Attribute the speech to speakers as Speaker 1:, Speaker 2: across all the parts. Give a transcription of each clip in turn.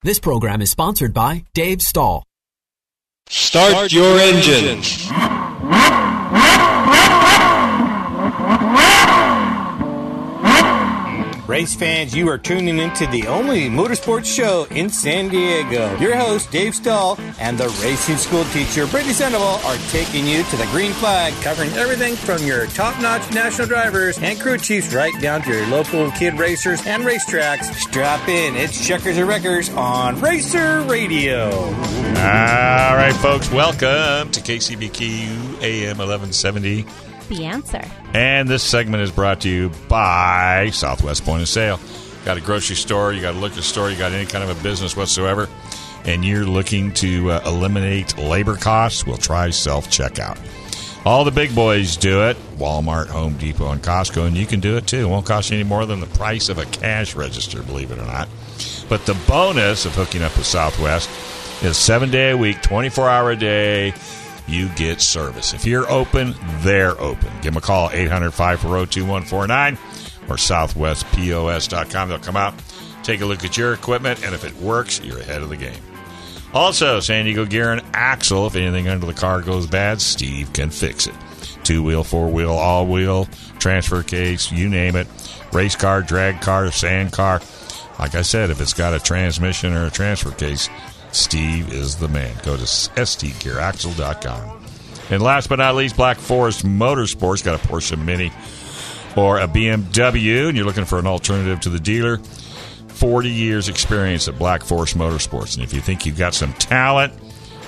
Speaker 1: This program is sponsored by Dave Stahl.
Speaker 2: Start your engine.
Speaker 3: Race fans, you are tuning into the only motorsports show in San Diego. Your host, Dave Stahl, and the racing school teacher, Brittany Sandoval, are taking you to the green flag, covering everything from your top notch national drivers and crew chiefs right down to your local kid racers and racetracks. Strap in, it's Checkers and Wreckers on Racer Radio.
Speaker 2: All right, folks, welcome to KCBQ AM 1170.
Speaker 4: the answer.
Speaker 2: And this segment is brought to you by Southwest Point of Sale. Got a grocery store, you got a liquor store, you got any kind of a business whatsoever, and you're looking to uh, eliminate labor costs, well, try self checkout. All the big boys do it Walmart, Home Depot, and Costco, and you can do it too. It won't cost you any more than the price of a cash register, believe it or not. But the bonus of hooking up with Southwest is seven day a week, 24 hour a day, you get service. If you're open, they're open. Give them a call, 800 540 2149 or southwestpos.com. They'll come out, take a look at your equipment, and if it works, you're ahead of the game. Also, San Diego Gear and Axle. If anything under the car goes bad, Steve can fix it. Two wheel, four wheel, all wheel, transfer case, you name it. Race car, drag car, sand car. Like I said, if it's got a transmission or a transfer case, Steve is the man. Go to stgearaxle.com. And last but not least, Black Forest Motorsports got a Porsche Mini or a BMW, and you're looking for an alternative to the dealer. 40 years experience at Black Forest Motorsports. And if you think you've got some talent,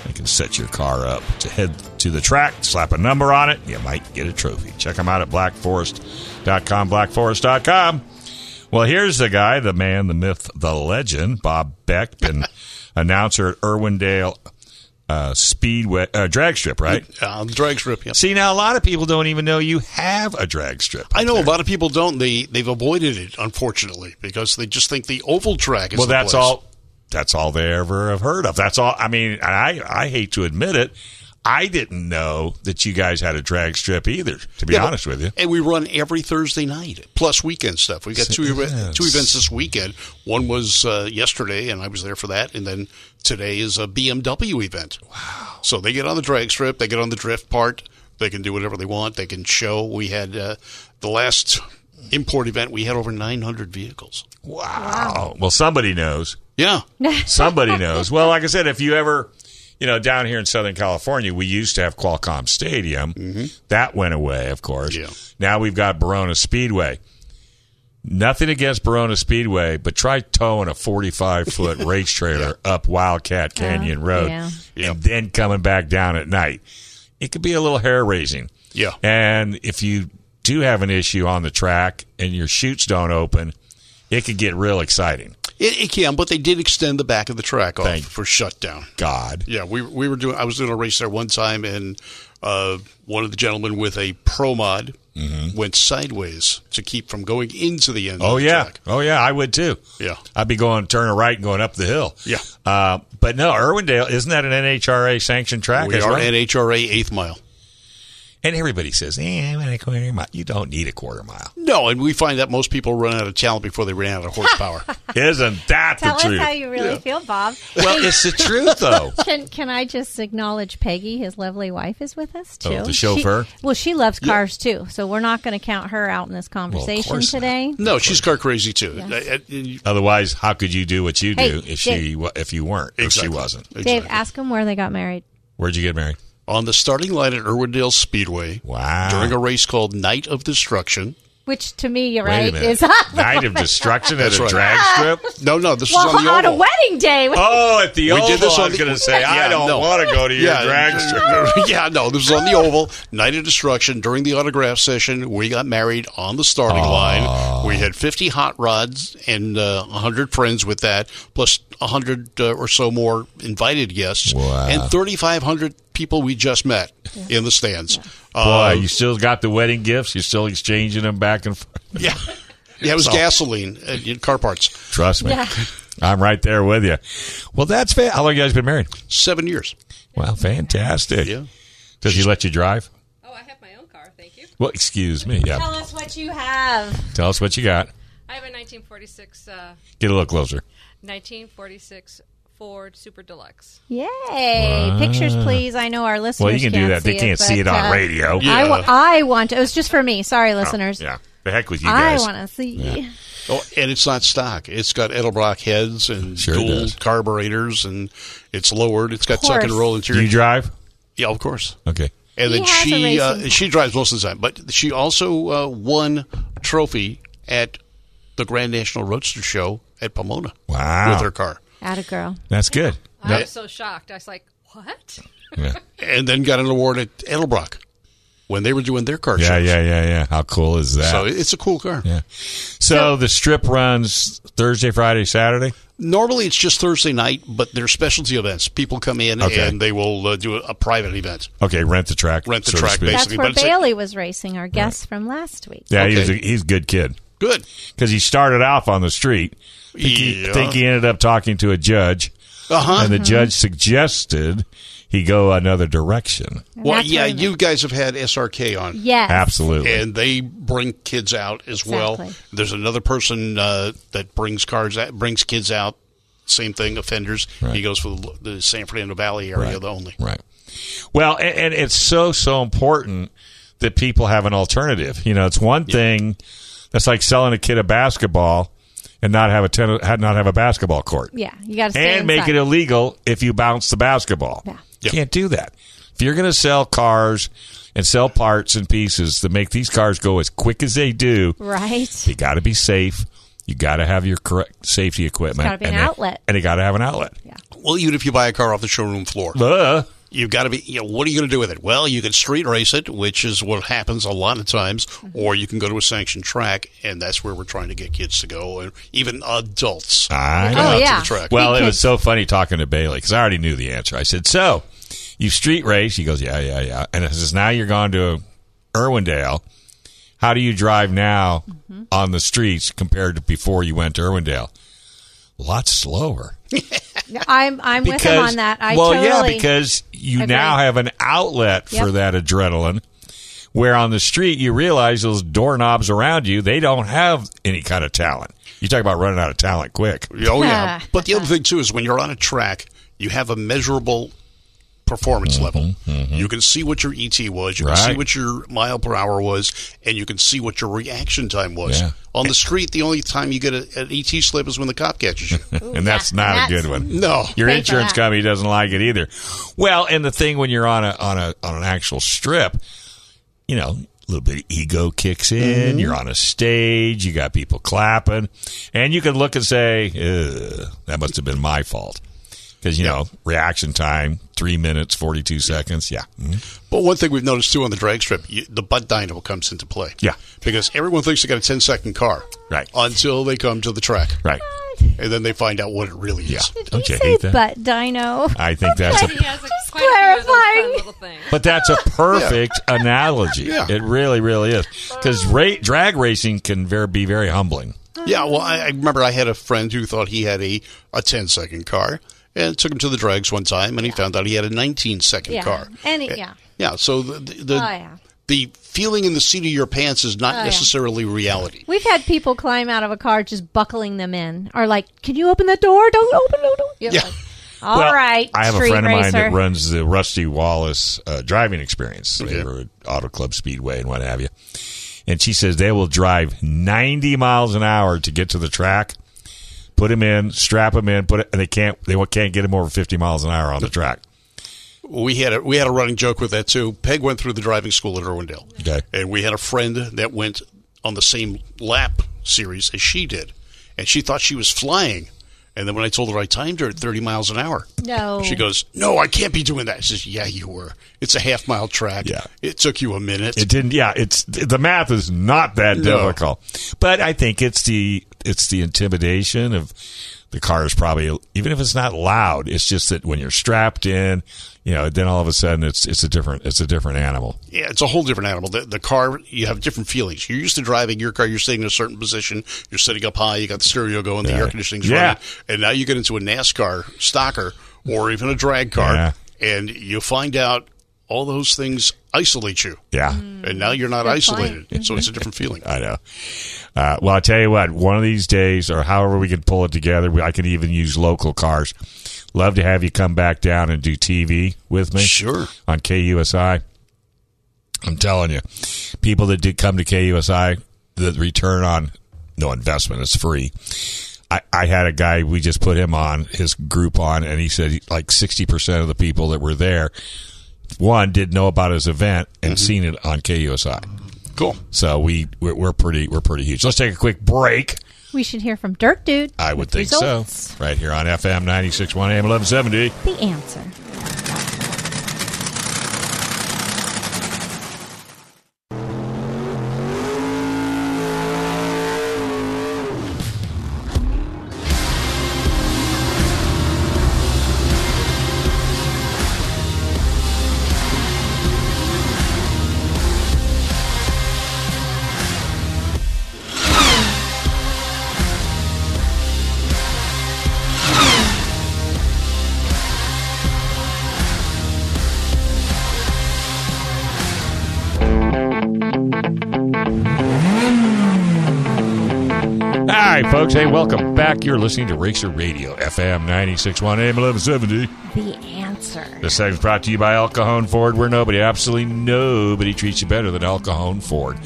Speaker 2: they can set your car up to head to the track, slap a number on it, you might get a trophy. Check them out at blackforest.com, blackforest.com. Well, here's the guy, the man, the myth, the legend, Bob Beck, been announcer at Irwindale uh, Speedway uh, drag strip, right?
Speaker 5: Uh, drag strip, yes.
Speaker 2: See, now a lot of people don't even know you have a drag strip.
Speaker 5: I know a lot of people don't. They they've avoided it unfortunately because they just think the oval track is.
Speaker 2: well
Speaker 5: the
Speaker 2: that's
Speaker 5: place.
Speaker 2: all that's all they ever have heard of that's all i mean and i i hate to admit it i didn't know that you guys had a drag strip either to be
Speaker 5: Yeah, but-
Speaker 2: honest with you
Speaker 5: And we run every Thursday night, plus weekend stuff. We've got two eve-
Speaker 2: Yes.
Speaker 5: two events this weekend. One was uh, yesterday, and I was there for that. And then today is a BMW event. Wow! So they get on the drag strip, they get on the drift part, they can do whatever they want, they can show. We had uh, the last import event. We had over nine hundred vehicles.
Speaker 2: wow Oh, well somebody knows
Speaker 5: Yeah,
Speaker 2: somebody knows well like i said if you ever you know down here in southern california we used to have qualcomm stadium
Speaker 4: Mm-hmm.
Speaker 2: that went away of course
Speaker 5: Yeah.
Speaker 2: now we've got Barona speedway Nothing against Barona Speedway, but try towing a 45 foot race trailer up Wildcat Canyon Road
Speaker 4: yeah.
Speaker 2: and then coming back down at night. It could be a little hair raising.
Speaker 5: Yeah.
Speaker 2: And if you do have an issue on the track and your chutes don't open, it could get real exciting.
Speaker 5: it, it can, but they did extend the back of the track off
Speaker 2: Thank-
Speaker 5: for shutdown.
Speaker 2: God.
Speaker 5: Yeah, we we were doing. I was doing a race there one time, and uh, one of the gentlemen with a pro mod went sideways to keep from going into the end.
Speaker 2: Mm-hmm. Oh
Speaker 5: of the
Speaker 2: yeah,
Speaker 5: track.
Speaker 2: oh yeah, I would too.
Speaker 5: Yeah.
Speaker 2: I'd be going turn a right and going up the hill.
Speaker 5: Yeah.
Speaker 2: uh, but no, Irwindale isn't that an NHRA sanctioned track?
Speaker 5: we
Speaker 2: as
Speaker 5: are
Speaker 2: well?
Speaker 5: at HRA eighth mile.
Speaker 2: and everybody says, "Eh, I want a quarter mile." You don't need a quarter mile,
Speaker 5: No, and we find that most people run out of talent before they ran out of horsepower.
Speaker 2: isn't that
Speaker 4: Tell
Speaker 2: the truth?
Speaker 4: us how you really feel, Bob.
Speaker 2: well, it's the truth though.
Speaker 4: Can can I just acknowledge Peggy, his lovely wife, is with us too.
Speaker 2: Oh, the chauffeur?
Speaker 4: She, well, she loves cars too, so we're not going to count her out in this conversation
Speaker 2: course not.
Speaker 4: today.
Speaker 5: no, she's car crazy too. Uh, uh,
Speaker 2: Otherwise, how could you do what you do
Speaker 4: Hey,
Speaker 2: if she wa if you weren't if she
Speaker 5: Exactly.
Speaker 2: wasn't?
Speaker 4: Dave, ask him where they got married.
Speaker 2: Where'd you get married?
Speaker 5: on the starting line at Irwindale Speedway
Speaker 2: Wow!
Speaker 5: during a race called Night of Destruction.
Speaker 4: Which to me, you're
Speaker 2: Wait a
Speaker 4: right,
Speaker 2: minute.
Speaker 4: is well
Speaker 2: night of destruction at
Speaker 5: That's
Speaker 2: a
Speaker 5: right.
Speaker 2: drag strip.
Speaker 5: No, no, this was on
Speaker 4: on,
Speaker 5: the
Speaker 4: a
Speaker 5: oval.
Speaker 4: wedding day.
Speaker 2: Oh, at the
Speaker 5: We
Speaker 2: oval,
Speaker 5: did this
Speaker 2: I
Speaker 5: on
Speaker 2: was
Speaker 5: the-
Speaker 2: going to say I
Speaker 5: Yeah,
Speaker 2: don't
Speaker 5: no.
Speaker 2: want to go to your drag strip.
Speaker 5: yeah, no, this was on the Oval, Night of Destruction. During the autograph session, we got married on the starting line. We had 50 hot rods and uh, 100 friends with that, plus 100 uh, or so more invited guests,
Speaker 2: Wow.
Speaker 5: and 3,500 people we just met in the stands.
Speaker 2: Boy,
Speaker 5: Uh,
Speaker 2: you still got the wedding gifts. You're still exchanging them back and forth.
Speaker 5: yeah. Yeah, it was gasoline, uh, car parts.
Speaker 2: Trust me,
Speaker 4: Yeah.
Speaker 2: I'm right there with you. Well, that's fa- how long you guys been married?
Speaker 5: Seven years.
Speaker 2: Well, fantastic.
Speaker 5: Yeah.
Speaker 2: Does he let you drive?
Speaker 6: Oh, I have my own car, thank you.
Speaker 2: Well, excuse me. Yeah.
Speaker 4: Tell us what you have.
Speaker 2: Tell us what you got.
Speaker 6: I have a 1946 uh,
Speaker 2: Get a little closer.
Speaker 6: 1946 Ford Super Deluxe.
Speaker 4: Yay! Pictures, please. I know our listeners.
Speaker 2: Well, you can do
Speaker 4: can't
Speaker 2: that. They
Speaker 4: see
Speaker 2: can't see it
Speaker 4: but,
Speaker 2: on
Speaker 4: uh,
Speaker 2: radio. Oh,
Speaker 4: I, wa-
Speaker 5: Yeah.
Speaker 4: I want. It was just for me. Sorry, listeners.
Speaker 2: Yeah. The heck with you
Speaker 4: I
Speaker 2: guys.
Speaker 4: want to see.
Speaker 5: Oh, and it's not stock. It's got Edelbrock heads and
Speaker 2: Sure
Speaker 5: dual
Speaker 2: does.
Speaker 5: carburetors, and it's lowered. It's got
Speaker 4: Of
Speaker 5: second
Speaker 4: course.
Speaker 5: roll interior.
Speaker 2: Do you drive?
Speaker 5: yeah, of course.
Speaker 2: Okay.
Speaker 5: And
Speaker 4: He
Speaker 5: then
Speaker 4: has a
Speaker 5: she uh,
Speaker 4: racing-
Speaker 5: she drives most of the time, but she also uh, won a trophy at the Grand National Roadster Show at Pomona
Speaker 2: Wow.
Speaker 5: with her car,
Speaker 4: At a girl.
Speaker 2: That's good.
Speaker 6: I
Speaker 2: That-
Speaker 6: was so shocked. I was like, what?
Speaker 2: yeah.
Speaker 5: and then got an award at Edelbrock when they were doing their car
Speaker 2: yeah,
Speaker 5: shows.
Speaker 2: yeah, yeah, yeah. How cool is that?
Speaker 5: So
Speaker 2: So,
Speaker 5: it's a cool car.
Speaker 2: yeah. so, the strip runs Thursday, Friday, Saturday.
Speaker 5: Normally it's just Thursday night, but they're specialty events. People come in
Speaker 2: Okay.
Speaker 5: and they will uh, do a, a private event.
Speaker 2: Okay, rent the track.
Speaker 5: Rent the
Speaker 2: so to
Speaker 5: track,
Speaker 2: speak.
Speaker 5: basically.
Speaker 4: That's where
Speaker 5: but it's a-
Speaker 4: Bailey was racing our guest from last week.
Speaker 2: Yeah, he's, a,
Speaker 5: Okay.
Speaker 2: he's a good kid
Speaker 5: Good.
Speaker 2: because he started off on the street. I think, he,
Speaker 5: Yeah.
Speaker 2: think he ended up talking to a judge,
Speaker 5: Uh huh.
Speaker 2: and the judge suggested he go another direction.
Speaker 4: And
Speaker 5: Well,
Speaker 4: that's
Speaker 5: yeah,
Speaker 4: where we met.
Speaker 5: you guys have had SRK on.
Speaker 4: Yes.
Speaker 2: Absolutely.
Speaker 5: and they bring kids out as well.
Speaker 4: Exactly.
Speaker 5: There's another person uh, that brings cars out, brings kids out. Same thing, offenders.
Speaker 2: Right.
Speaker 5: He goes for the, the San Fernando Valley area the only.
Speaker 2: Right. Well, and, and it's so so important that people have an alternative. You know, it's one thing that's like selling a kid a basketball and not have a ten, had not have a basketball court
Speaker 4: Yeah, you got to stay
Speaker 2: and make it
Speaker 4: inside.
Speaker 2: illegal if you bounce the basketball.
Speaker 4: Yeah.
Speaker 2: You can't do that. If you're going to sell cars and sell parts and pieces to make these cars go as quick as they do,
Speaker 4: right.
Speaker 2: you got to be safe. You got to have your correct safety equipment.
Speaker 4: gotta be an
Speaker 2: and they-
Speaker 4: outlet.
Speaker 2: and you got to have an outlet. Uh,
Speaker 5: Well, even if you buy a car off the showroom floor,
Speaker 2: Duh.
Speaker 5: you've got to be. You know, what are you going to do with it? Well, you can street race it, which is what happens a lot of times,
Speaker 4: Mm-hmm.
Speaker 5: or you can go to a sanctioned track, and that's where we're trying to get kids to go, and even adults.
Speaker 2: I
Speaker 5: Come
Speaker 4: know.
Speaker 5: out
Speaker 4: Oh,
Speaker 5: to
Speaker 4: yeah.
Speaker 5: the track.
Speaker 2: Ah. Well,
Speaker 4: We
Speaker 2: it
Speaker 4: could-
Speaker 2: was so funny talking to Bailey because I already knew the answer. I said, "So, you street race?" He goes, "Yeah, yeah, yeah." And I says, "Now you're going to Irwindale. How do you drive now
Speaker 4: Mm-hmm.
Speaker 2: on the streets compared to before you went to Irwindale? A lot slower."
Speaker 4: I'm I'm with him on that. I
Speaker 2: well,
Speaker 4: totally.
Speaker 2: yeah, because you
Speaker 4: agree.
Speaker 2: now have an outlet for
Speaker 4: Yep.
Speaker 2: that adrenaline. Where on the street you realize those doorknobs around you, they don't have any kind of talent. You talk about running out of talent quick.
Speaker 5: Oh yeah. but the other thing too is when you're on a track, you have a measurable performance level. You can see what your ET was, you can see
Speaker 2: Mm-hmm, Right.
Speaker 5: what your mile per hour was, and you can see what your reaction time was.
Speaker 2: Yeah.
Speaker 5: On the street, the only time you get a, an ET slip is when the cop catches you.
Speaker 2: and that's
Speaker 4: that-
Speaker 2: not a
Speaker 4: that's-
Speaker 2: good one.
Speaker 5: no.
Speaker 2: Your
Speaker 4: Pay for
Speaker 2: insurance
Speaker 4: that.
Speaker 2: company doesn't like it either. Well, and the thing when you're on a on a on an actual strip, you know, a little bit of ego kicks in. You're on a stage. You got people clapping, and you can look and say, "Ugh, "That must have been my fault," because you know reaction time three minutes forty two seconds. Yeah, Mhm.
Speaker 5: But one thing we've noticed too on the drag strip, you, the butt dynamo comes into play.
Speaker 2: Yeah.
Speaker 5: Because everyone thinks they got a 10 second car.
Speaker 2: Right.
Speaker 5: Until they come to the track.
Speaker 2: right.
Speaker 5: And then they find out what it really is.
Speaker 2: Don't you
Speaker 4: Say
Speaker 2: hate that?
Speaker 4: butt dino.
Speaker 2: I think that's a
Speaker 6: He has a,
Speaker 4: Just
Speaker 6: quite a few of those fun
Speaker 4: clarifying.
Speaker 6: little things.
Speaker 2: But that's a perfect analogy.
Speaker 5: Yeah.
Speaker 2: It really, really is. Because ra- drag racing can ver- be very humbling.
Speaker 5: Yeah, well, I, I remember I had a friend who thought he had a, a 10 second car and took him to the drags one time and he found out he had a 19 second
Speaker 4: Yeah.
Speaker 5: car. Eh,
Speaker 4: Any yeah.
Speaker 5: Yeah, so the the, the,
Speaker 4: Oh yeah. Oh,
Speaker 5: the feeling in the seat of your pants is not necessarily reality.
Speaker 4: We've had people climb out of a car just buckling them in, or like, "Can you open that door? Don't open, no, don't." You're
Speaker 5: Yeah.
Speaker 4: like, All right,
Speaker 2: Well, I have a
Speaker 4: street
Speaker 2: friend
Speaker 4: racer.
Speaker 2: of mine that runs the Rusty Wallace uh, driving experience. They
Speaker 5: Okay.
Speaker 2: were at Auto Club Speedway and what have you. And she says they will drive 90 miles an hour to get to the track. Put him in, strap him in, put it, and they can't they can't get him over 50 miles an hour on the track.
Speaker 5: We had a we had a running joke with that too. Peg went through the driving school at Irwindale.
Speaker 2: Okay.
Speaker 5: And we had a friend that went on the same lap series as she did. And she thought she was flying. And then when I told her I timed her at 30 miles an hour,
Speaker 4: No.
Speaker 5: she goes, No, I can't be doing that. I says, Yeah, you were. It's a half mile track.
Speaker 2: Yeah.
Speaker 5: It took you a minute.
Speaker 2: It didn't. Yeah, it's the math is not that
Speaker 5: No.
Speaker 2: difficult, but I think it's the it's the intimidation of the car is probably even if it's not loud. It's just that when you're strapped in, you know, then all of a sudden it's it's a different it's a different animal.
Speaker 5: Yeah, it's a whole different animal. The, the car, you have different feelings. You're used to driving your car. You're sitting in a certain position. You're sitting up high. You got the stereo going. The
Speaker 2: Yeah.
Speaker 5: air conditioning's
Speaker 2: Yeah.
Speaker 5: running. And now you get into a NASCAR stocker or even a drag car,
Speaker 2: Yeah.
Speaker 5: and you find out all those things isolate you.
Speaker 2: Yeah.
Speaker 5: And now you're not
Speaker 6: Good point.
Speaker 5: isolated. So it's a different feeling.
Speaker 2: I know. Uh, well, I tell you what, one of these days, or however we can pull it together, we- I can even use local cars. Love to have you come back down and do TV with me.
Speaker 5: Sure.
Speaker 2: On KUSI. I'm telling you, people that did come to KUSI, the return on no investment is free. I, I had a guy, we just put him on, his group on, and he said like 60% of the people that were there, one, didn't know about his event and seen it on KUSI.
Speaker 5: Cool.
Speaker 2: So we we're, we're pretty we're pretty huge. Let's take a quick break.
Speaker 4: We should hear from Dirk Dude.
Speaker 2: I would
Speaker 4: with
Speaker 2: think
Speaker 4: results.
Speaker 2: so. Right here on FM 96.1 AM 1170.
Speaker 4: The answer.
Speaker 2: All right, folks. Hey, welcome back. You're listening to Racer Radio, FM 96.1 AM 1170.
Speaker 4: The answer.
Speaker 2: This segment's brought to you by Al Cajon Ford, where nobody, absolutely nobody, treats you better than Al Cajon Ford.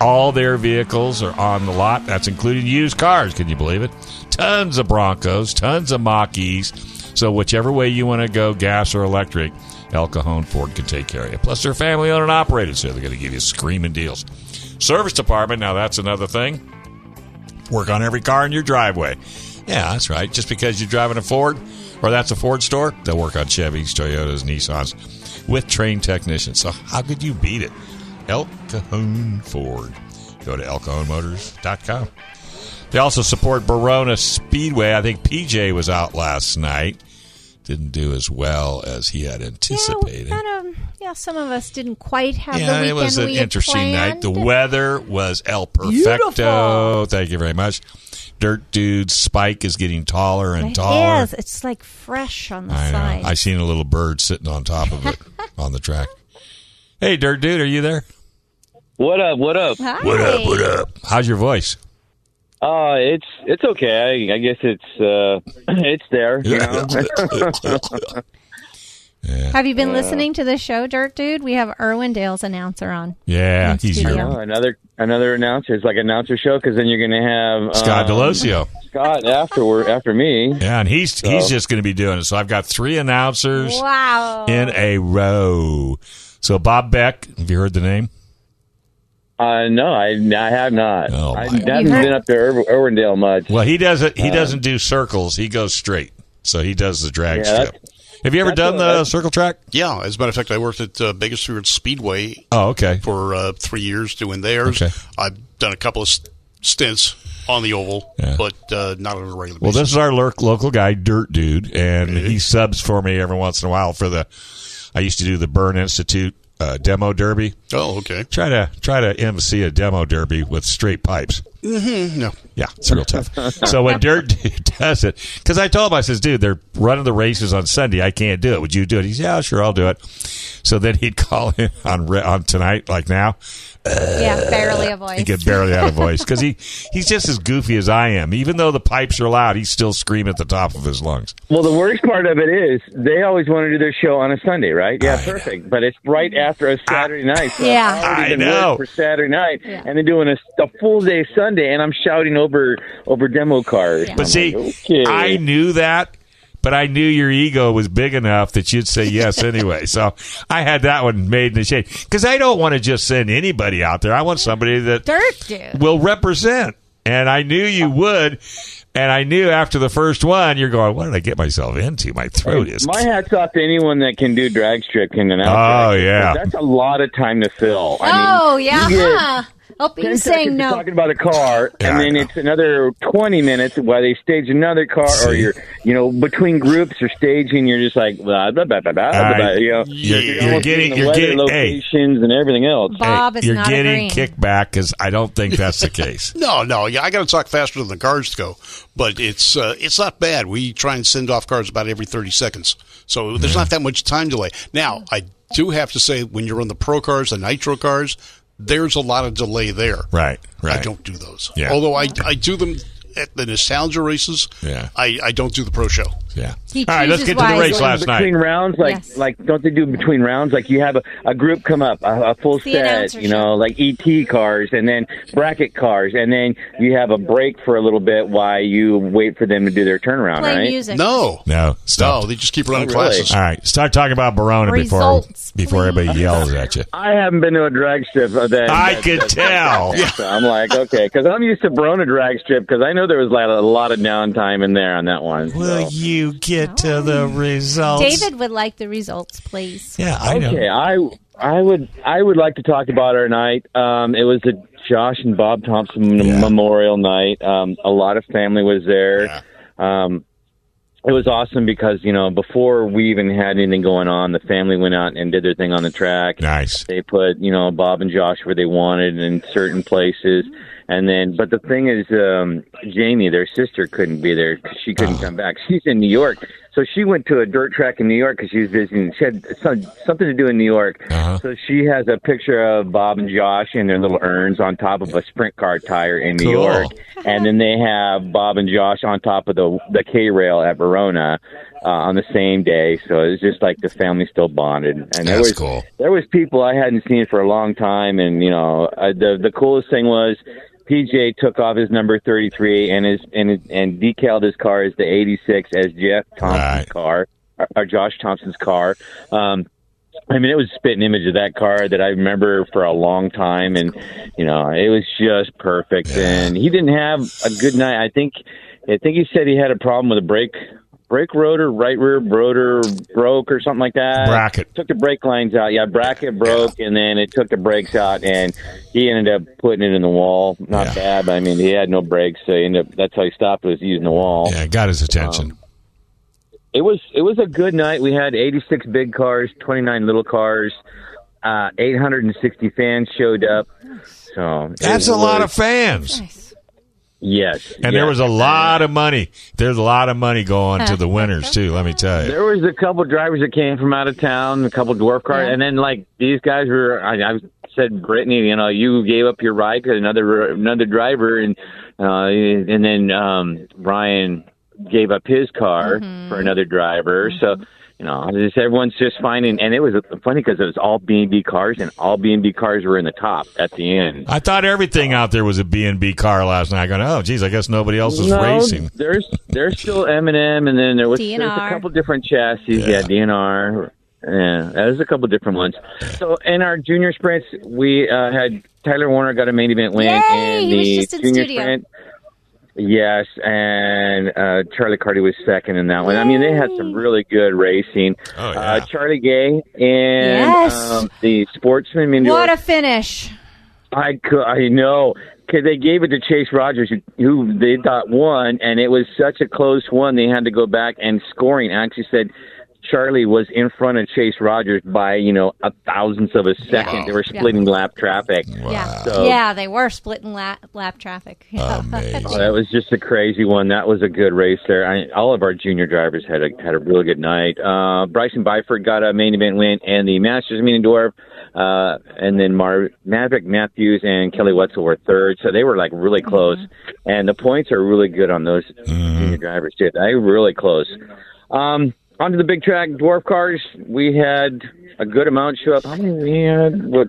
Speaker 2: All their vehicles are on the lot. That's including used cars. Can you believe it? Tons of Broncos, tons of mach So whichever way you want to go, gas or electric, El Cajon Ford can take care of you. Plus, they're family owned and operated, so they're going to give you screaming deals. Service department. Now that's another thing. Work on every car in your driveway. Yeah, that's right. Just because you're driving a Ford or that's a Ford store, they'll work on Chevys, Toyotas, Nissans with trained technicians. So how could you beat it? El Cajon Ford. Go to elcajonmotors.com. They also support Barona Speedway. I think PJ was out last night. Didn't do as well as he had anticipated.
Speaker 4: Yeah, we kind of, yeah, some of us didn't quite have the
Speaker 2: Yeah,
Speaker 4: weekend
Speaker 2: it was an
Speaker 4: we had
Speaker 2: interesting night. The
Speaker 4: planned.
Speaker 2: weather was el perfecto. Thank you very much. Dirt dude Spike is getting taller and taller.
Speaker 4: It is. It's like fresh on the
Speaker 2: I
Speaker 4: side.
Speaker 2: know. I seen a little bird sitting on top of it on the track. Hey, Dirt dude, are you there?
Speaker 7: What up? What up?
Speaker 4: Hi.
Speaker 2: up? How's your voice?
Speaker 7: Uh, it's it's okay. I, I guess it's uh, it's there. You know?
Speaker 4: Have you been listening to the show, Dirk Dude? We have Irwin Dale's announcer on.
Speaker 2: yeah,
Speaker 4: In
Speaker 2: he's
Speaker 4: studio.
Speaker 2: your
Speaker 7: Oh, another another announcer. It's like announcer show because then you're gonna have um,
Speaker 2: Scott Delosio.
Speaker 7: Scott afterward after me.
Speaker 2: Yeah, and he's he's just going to be doing it. So I've got three announcers
Speaker 4: Wow.
Speaker 2: in a row. So Bob Beck, have you heard the name?
Speaker 7: Uh, no, I I have not.
Speaker 2: Oh,
Speaker 7: I
Speaker 2: my.
Speaker 7: haven't been up to Ir- Irwindale much.
Speaker 2: Well, he doesn't.
Speaker 7: Uh,
Speaker 2: He doesn't do circles. He goes straight. So he does the drag
Speaker 7: Yeah,
Speaker 2: strip. Have you ever
Speaker 7: that's
Speaker 2: done
Speaker 7: a-
Speaker 2: the
Speaker 7: that's-
Speaker 2: circle track?
Speaker 5: Yeah. As a matter of fact, I worked at uh, Bakersfield Speedway
Speaker 2: Oh, okay.
Speaker 5: for uh, three years doing theirs.
Speaker 2: Okay.
Speaker 5: I've done a couple of st- stints on the oval,
Speaker 2: Yeah.
Speaker 5: but uh, not on a regular
Speaker 2: Well,
Speaker 5: basis.
Speaker 2: this is our lurk, local guy, Dirt Dude, and he subs for me every once in a while for the. I used to do the Burn Institute uh, demo derby.
Speaker 5: oh, okay.
Speaker 2: Try to try to MC a demo derby with straight pipes.
Speaker 5: No.
Speaker 2: Yeah, it's real tough. so when Dirt Dude does it, because I told him, I says, dude, they're running the races on Sunday. I can't do it. Would you do it? He's, yeah, sure, I'll do it. So then he'd call in on re- on tonight, like now,
Speaker 4: yeah, barely a voice.
Speaker 2: uh, He could barely have a voice because he, he's just as goofy as I am. Even though the pipes are loud, he still scream at the top of his lungs.
Speaker 7: Well, the worst part of it is they always want to do their show on a Sunday, right? Yeah, perfect. But it's right after a Saturday night. So
Speaker 4: Yeah.
Speaker 7: I've already
Speaker 2: Ah. I
Speaker 7: been
Speaker 2: know.
Speaker 7: ready For Saturday night, and they're doing a, a full day Sunday, and I'm shouting over over demo cars.
Speaker 2: But see,
Speaker 7: okay.
Speaker 2: I knew that, but I knew your ego was big enough that you'd say yes anyway. So I had that one made in the shade because I don't want to just send anybody out there. I want somebody that
Speaker 4: Dirk Dude.
Speaker 2: will represent. And I knew you would. And I knew after the first one, you're going, what did I get myself into? My throat is.
Speaker 7: My hat's off to anyone that can do drag strip and announce. drag
Speaker 2: Oh,
Speaker 7: strip,
Speaker 2: yeah.
Speaker 7: 'cause that's a lot of time to fill. I mean,
Speaker 4: oh, yeah.
Speaker 7: you get
Speaker 4: Huh. Hope
Speaker 7: Ten
Speaker 4: you're saying
Speaker 7: seconds of
Speaker 4: no.
Speaker 7: Talking about a car,
Speaker 2: Yeah,
Speaker 7: and
Speaker 2: I
Speaker 7: then
Speaker 2: know.
Speaker 7: it's another twenty minutes while they stage another car, or
Speaker 2: See?
Speaker 7: you're, you know, between groups or staging. You're just like, blah, blah, blah, blah, blah,
Speaker 2: All right.
Speaker 7: blah, you know,
Speaker 2: You're- you're
Speaker 7: almost
Speaker 2: getting-
Speaker 7: seeing the
Speaker 2: you're
Speaker 7: weather
Speaker 2: getting- hey.
Speaker 7: locations and everything else.
Speaker 4: But- Bob is
Speaker 2: you're
Speaker 4: not
Speaker 2: getting
Speaker 4: agreeing.
Speaker 2: kickback because I don't think that's the case.
Speaker 5: No, no, yeah, I got to talk faster than the cars go, but it's uh, it's not bad. We try and send off cars about every thirty seconds, so there's not that much time delay. Now, I do have to say when you're on the pro cars, the nitro cars, there's a lot of delay there.
Speaker 2: Right, right.
Speaker 5: I don't do those.
Speaker 2: Yeah.
Speaker 5: Although I, I do them at the nostalgia races.
Speaker 2: Yeah.
Speaker 5: I, I don't do the pro show.
Speaker 2: Yeah.
Speaker 4: He
Speaker 2: All right, let's
Speaker 4: chooses
Speaker 2: get to the race
Speaker 4: wisely.
Speaker 2: last
Speaker 7: between
Speaker 2: night.
Speaker 7: rounds, like
Speaker 4: Yes.
Speaker 7: like don't they do between rounds? Like you have a, a group come up, a, a full
Speaker 4: The
Speaker 7: set,
Speaker 4: announcer
Speaker 7: you know, like ET cars, and then bracket cars, and then you have a break for a little bit while you wait for them to do their turnaround,
Speaker 4: Play
Speaker 7: right?
Speaker 4: music.
Speaker 5: No.
Speaker 2: No, stop.
Speaker 5: No, they just keep running
Speaker 7: Oh, really?
Speaker 5: classes.
Speaker 2: All right, start talking about Barona before
Speaker 4: Results,
Speaker 2: before everybody yells at you.
Speaker 7: I haven't been to a drag strip of that.
Speaker 2: I
Speaker 7: that-
Speaker 2: could
Speaker 7: that-
Speaker 2: tell.
Speaker 7: So I'm like, okay, because I'm used to Brona drag strip because I know there was like a lot of downtime in there on that one. so.
Speaker 2: you get to the results?
Speaker 4: Oh. David would like the results, please.
Speaker 2: Yeah, I know.
Speaker 7: Okay, I I would I would like to talk about our night. Um, it was a Josh and Bob Thompson
Speaker 2: Yeah.
Speaker 7: Memorial Night. Um, a lot of family was there. Um, it was awesome because you know before we even had anything going on, the family went out and did their thing on the track.
Speaker 2: Nice.
Speaker 7: They put you know Bob and Josh where they wanted in certain places, and then but the thing is, um, Jamie, their sister, couldn't be there. She couldn't
Speaker 2: Ah.
Speaker 7: come back. She's in New York, so she went to a dirt track in New York because she was visiting. She had some, something to do in New York,
Speaker 2: Uh-huh.
Speaker 7: so she has a picture of Bob and Josh in their little urns on top of a sprint car tire in New
Speaker 2: Cool.
Speaker 7: York, and then they have Bob and Josh on top of the the K rail at Verona. Uh, on the same day, so it was just like the family still bonded, and there
Speaker 2: That's
Speaker 7: was
Speaker 2: cool.
Speaker 7: there was people I hadn't seen for a long time, and you know, uh, the the coolest thing was PJ took off his number thirty three and his and his, and decaled his car as the eighty six as Jeff Thompson's
Speaker 2: Right.
Speaker 7: car or, or Josh Thompson's car. Um, I mean, it was a spitting image of that car that I remember for a long time, and you know, it was just perfect. And he didn't have a good night. I think, I think he said he had a problem with a brake, brake rotor, right rear rotor broke or something like that.
Speaker 2: Bracket.
Speaker 7: took the brake lines out. Yeah, bracket broke, and then it took the brakes out, and he ended up putting it in the wall. Not
Speaker 2: Yeah.
Speaker 7: bad. but I mean, he had no brakes, so he ended up. That's how he stopped was using the wall
Speaker 2: Yeah, got his attention.
Speaker 7: Um, it was it was a good night. We had 86 big cars, 29 little cars. Uh, 860 fans showed up. So it
Speaker 2: That's a lot of
Speaker 7: was-
Speaker 2: fans.
Speaker 6: Nice.
Speaker 7: Yes,
Speaker 2: And there was a lot of money. There's a lot of money going to the winners too. Let me tell you.
Speaker 7: There was a couple drivers that came from out of town, a couple dwarf cars,
Speaker 4: Yeah.
Speaker 7: and then like these guys were. I, I said, Brittany, you know, you gave up your ride to another another driver, and uh, and then um, Ryan gave up his car for another driver. So you know, just everyone's just finding, and it was funny because it was all B and B cars, and all B and B cars were in the top at the end.
Speaker 2: I thought everything out there was a B and B car last night. Going, oh, geez, I guess nobody else is
Speaker 7: no,
Speaker 2: racing.
Speaker 7: There's there's still Eminem, and then there was there's a
Speaker 4: DNR.
Speaker 7: couple different chassis. Yeah, DNR. Yeah, there's a couple different ones. So in our junior sprints, we uh, had Tyler Warner got a main event win
Speaker 4: Yay!
Speaker 7: in
Speaker 4: He
Speaker 7: the
Speaker 4: was just in
Speaker 7: junior
Speaker 4: studio.
Speaker 7: sprint. Yes, and uh, Charlie Carty was second in that one. I mean, they had some really good racing.
Speaker 2: Oh, yeah.
Speaker 7: uh, Charlie Gay and
Speaker 4: Yes.
Speaker 7: um, the sportsman. Meteor
Speaker 4: What a finish.
Speaker 7: I could, I know. 'Cause they gave it to Chase Rogers, who, who they thought won, and it was such a close one. They had to go back and scoring actually said Charlie was in front of Chase Rogers by you know a thousandth of a second. They were splitting lap traffic.
Speaker 4: Yeah.
Speaker 7: So-
Speaker 4: Yeah, they were splitting lap, lap traffic. Yeah.
Speaker 2: Amazing.
Speaker 7: Oh, that was just a crazy one. That was a good race there. I, all of our junior drivers had a had a really good night. Uh, Bryson Byford got a main event win and the Masters meeting dwarf, uh, and then Mar- Maverick Matthews and Kelly Wetzel were third. So they were like really close, and the points are really good on those junior drivers too. They were really close. Um, onto the big track dwarf cars. We had a good amount show up. How many we had? What?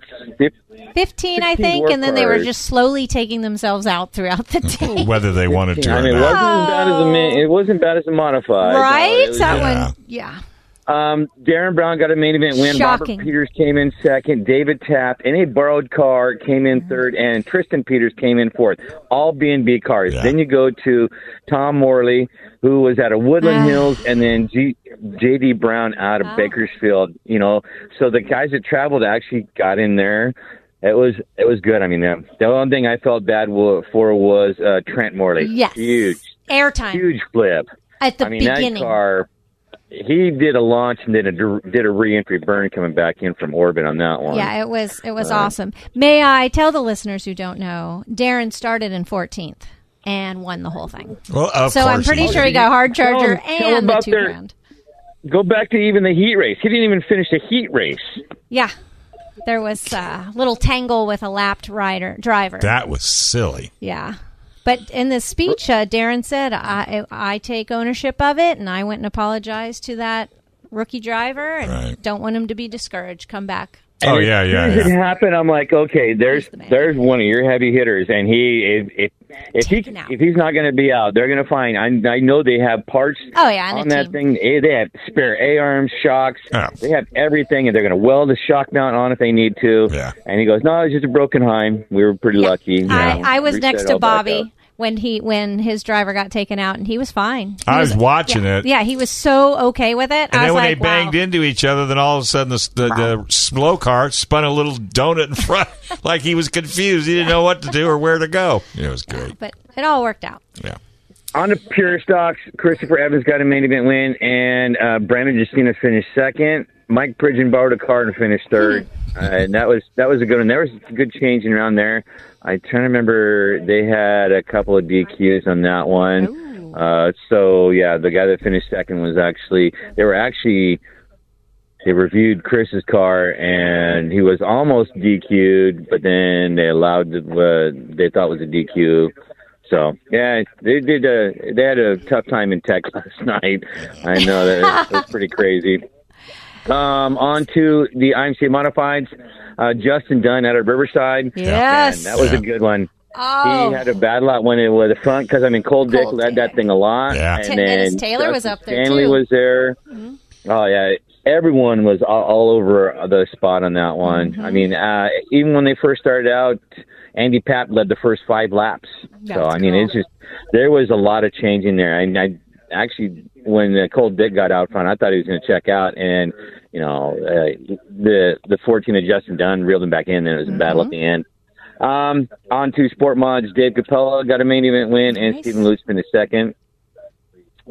Speaker 4: 15, I
Speaker 7: 16
Speaker 4: think,
Speaker 7: war
Speaker 4: and then they were
Speaker 7: cars.
Speaker 4: just slowly taking themselves out throughout the day.
Speaker 2: Whether they wanted to
Speaker 7: I
Speaker 2: or
Speaker 7: mean, it wasn't
Speaker 2: not.
Speaker 7: as bad as a ma- it wasn't bad as a modified. No,
Speaker 4: right?
Speaker 7: it was
Speaker 4: that
Speaker 2: Yeah.
Speaker 4: one, yeah.
Speaker 7: Um, Darren Brown got a main event win.
Speaker 4: Shocking.
Speaker 7: Robert Peters came in second. David Tapp in a borrowed car came in third, and Tristan Peters came in fourth. All B and B cars.
Speaker 2: Yeah.
Speaker 7: Then you go to Tom Morley, who was out of
Speaker 4: Ah.
Speaker 7: Woodland Hills, and then G- J.D. Brown out of Bakersfield. You know, so the guys that traveled actually got in there. It was it was good. I mean, um, the only thing I felt bad wa- for was uh, Trent Morley.
Speaker 4: Yes.
Speaker 7: huge,
Speaker 4: Airtime
Speaker 7: huge flip.
Speaker 4: at the
Speaker 7: I mean,
Speaker 4: beginning.
Speaker 7: that car, he did a launch and then a, dir- did a re-entry burn coming back in from orbit on that one.
Speaker 4: yeah, it was it
Speaker 7: Uh,
Speaker 4: was awesome. May I tell the listeners who don't know, Darren started in 14th and won the whole thing.
Speaker 2: Well, of
Speaker 4: so I'm
Speaker 2: course
Speaker 4: pretty
Speaker 2: he
Speaker 4: sure he
Speaker 2: did.
Speaker 4: got hard
Speaker 7: Tell
Speaker 4: charger
Speaker 7: him- tell him
Speaker 4: and the
Speaker 7: about
Speaker 4: two
Speaker 7: their-
Speaker 4: round.
Speaker 7: Go back to even the heat race. He didn't even finish the heat race.
Speaker 4: Yeah. There was a little tangle with a lapped rider driver.
Speaker 2: That was silly.
Speaker 4: Yeah. But in this speech, uh, Darren said, I, I take ownership of it, and I went and apologized to that rookie driver and
Speaker 2: Right.
Speaker 4: don't want him to be discouraged. Come back.
Speaker 2: Oh yeah, yeah,
Speaker 7: It
Speaker 2: yeah.
Speaker 7: happened. I'm like, okay, there's
Speaker 4: He's the man.
Speaker 7: there's one of your heavy hitters, and he if if, if he
Speaker 4: Take him out.
Speaker 7: if he's not going to be out, they're going to find. I I know they have parts.
Speaker 4: Oh, yeah, and
Speaker 7: on
Speaker 4: a
Speaker 7: that
Speaker 4: team.
Speaker 7: thing, Eh, they have spare A arms, shocks.
Speaker 2: Yeah.
Speaker 7: They have everything, and they're going to weld the shock mount on if they need to.
Speaker 2: Yeah.
Speaker 7: And he goes, no, it's just a broken Heim. We were pretty lucky. And
Speaker 4: I, I was
Speaker 7: reset
Speaker 4: next
Speaker 7: all
Speaker 4: to
Speaker 7: back up.
Speaker 4: Bobby when he when his driver got taken out, and he was fine. He
Speaker 2: I was watching
Speaker 4: yeah,
Speaker 2: it.
Speaker 4: Yeah, he was so okay with it.
Speaker 2: And
Speaker 4: I
Speaker 2: then
Speaker 4: was
Speaker 2: when
Speaker 4: like,
Speaker 2: they banged
Speaker 4: wow.
Speaker 2: into each other, then all of a sudden the, the, the slow car spun a little donut in front, like he was confused. He didn't know what to do or where to go. It was great.
Speaker 4: But it all worked out.
Speaker 2: Yeah.
Speaker 7: On the pure stocks, Christopher Evans got a main event win, and uh, Brandon Justina finished second. Mike Pridgeon borrowed a car and finished third. uh, and that was that was a good one. There was a good change in around there. I trying to remember they had a couple of DQs on that one. Uh, so yeah, the guy that finished second was actually they were actually they reviewed Chris's car and he was almost DQ'd, but then they allowed what they thought was a DQ. So yeah, they did. A, they had a tough time in tech last night. I know that it was pretty crazy. Um, on to the IMC modifieds. Uh, Justin Dunn out of Riverside.
Speaker 4: Yes.
Speaker 7: Man, that was a good one.
Speaker 4: oh,
Speaker 7: He had a bad lot when it was the front because I mean Cold,
Speaker 4: Cold
Speaker 7: Dick led
Speaker 4: Dick.
Speaker 7: that thing a lot.
Speaker 2: Yeah.
Speaker 7: And
Speaker 4: Ta-
Speaker 7: then
Speaker 4: Dennis Taylor was
Speaker 7: Justin
Speaker 4: up there,
Speaker 7: Stanley
Speaker 4: too. Mm-hmm.
Speaker 7: was there. Oh yeah, everyone was all, all over the spot on that one.
Speaker 4: Mm-hmm.
Speaker 7: I mean, uh, even when they first started out, Andy Papp led the first five laps. so
Speaker 4: That's
Speaker 7: I mean,
Speaker 4: cool.
Speaker 7: it's just there was a lot of change in there. And I actually, when uh, Cold Dick got out front, I thought he was going to check out, and you know, uh, the the 14 of Justin Dunn reeled him back in, and it was a battle
Speaker 4: Mm-hmm.
Speaker 7: at the end. Um, on to Sport Mods. Dave Capella got a main event win, and
Speaker 4: Nice.
Speaker 7: Stephen Lutz finished second.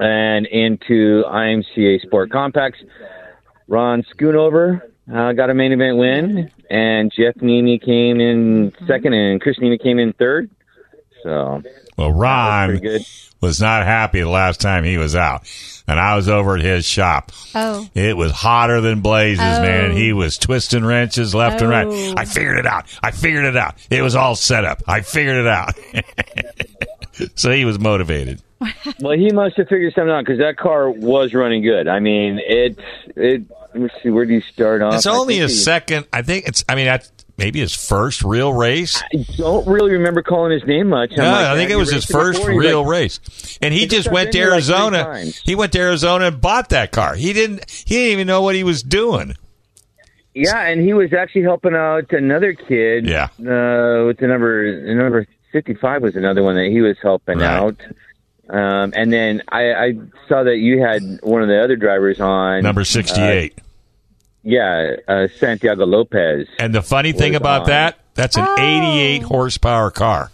Speaker 7: And into IMCA Sport Compacts, Ron Schoonover uh, got a main event win, and Jeff Nini came in second, and Chris Nini came in third. So
Speaker 2: Well, Ron
Speaker 7: pretty good.
Speaker 2: was not happy the last time he was out, and I was over at his shop.
Speaker 4: oh,
Speaker 2: It was hotter than blazes,
Speaker 4: Oh.
Speaker 2: man. He was twisting wrenches left and
Speaker 4: Oh.
Speaker 2: right. I figured it out. I figured it out. It was all set up. I figured it out. so he was motivated.
Speaker 7: Well, he must have figured something out because that car was running good. I mean, it's it. Let's see, where do you start off?
Speaker 2: It's
Speaker 7: I
Speaker 2: only
Speaker 7: think
Speaker 2: his
Speaker 7: he-
Speaker 2: second. I think it's. I mean, that's maybe his first real race.
Speaker 7: I don't really remember calling his name much. I'm
Speaker 2: No,
Speaker 7: like,
Speaker 2: I think
Speaker 7: "Man,
Speaker 2: it
Speaker 7: you
Speaker 2: was his
Speaker 7: raced before?"
Speaker 2: first
Speaker 7: He's like,
Speaker 2: real race, and he
Speaker 7: just
Speaker 2: just
Speaker 7: got
Speaker 2: went to
Speaker 7: in here like three
Speaker 2: Arizona.
Speaker 7: times.
Speaker 2: he went to Arizona and bought that car. He didn't. He didn't even know what he was doing.
Speaker 7: Yeah, and he was actually helping out another kid.
Speaker 2: Yeah.
Speaker 7: uh, with the number the number fifty five was another one that he was helping
Speaker 2: Right.
Speaker 7: out. Um, and then I, I saw that you had one of the other drivers on
Speaker 2: Number sixty-eight.
Speaker 7: Yeah, uh, Santiago Lopez.
Speaker 2: and the funny thing
Speaker 7: was
Speaker 2: about
Speaker 7: on.
Speaker 2: that, that's an
Speaker 4: Oh.
Speaker 2: eighty-eight horsepower car.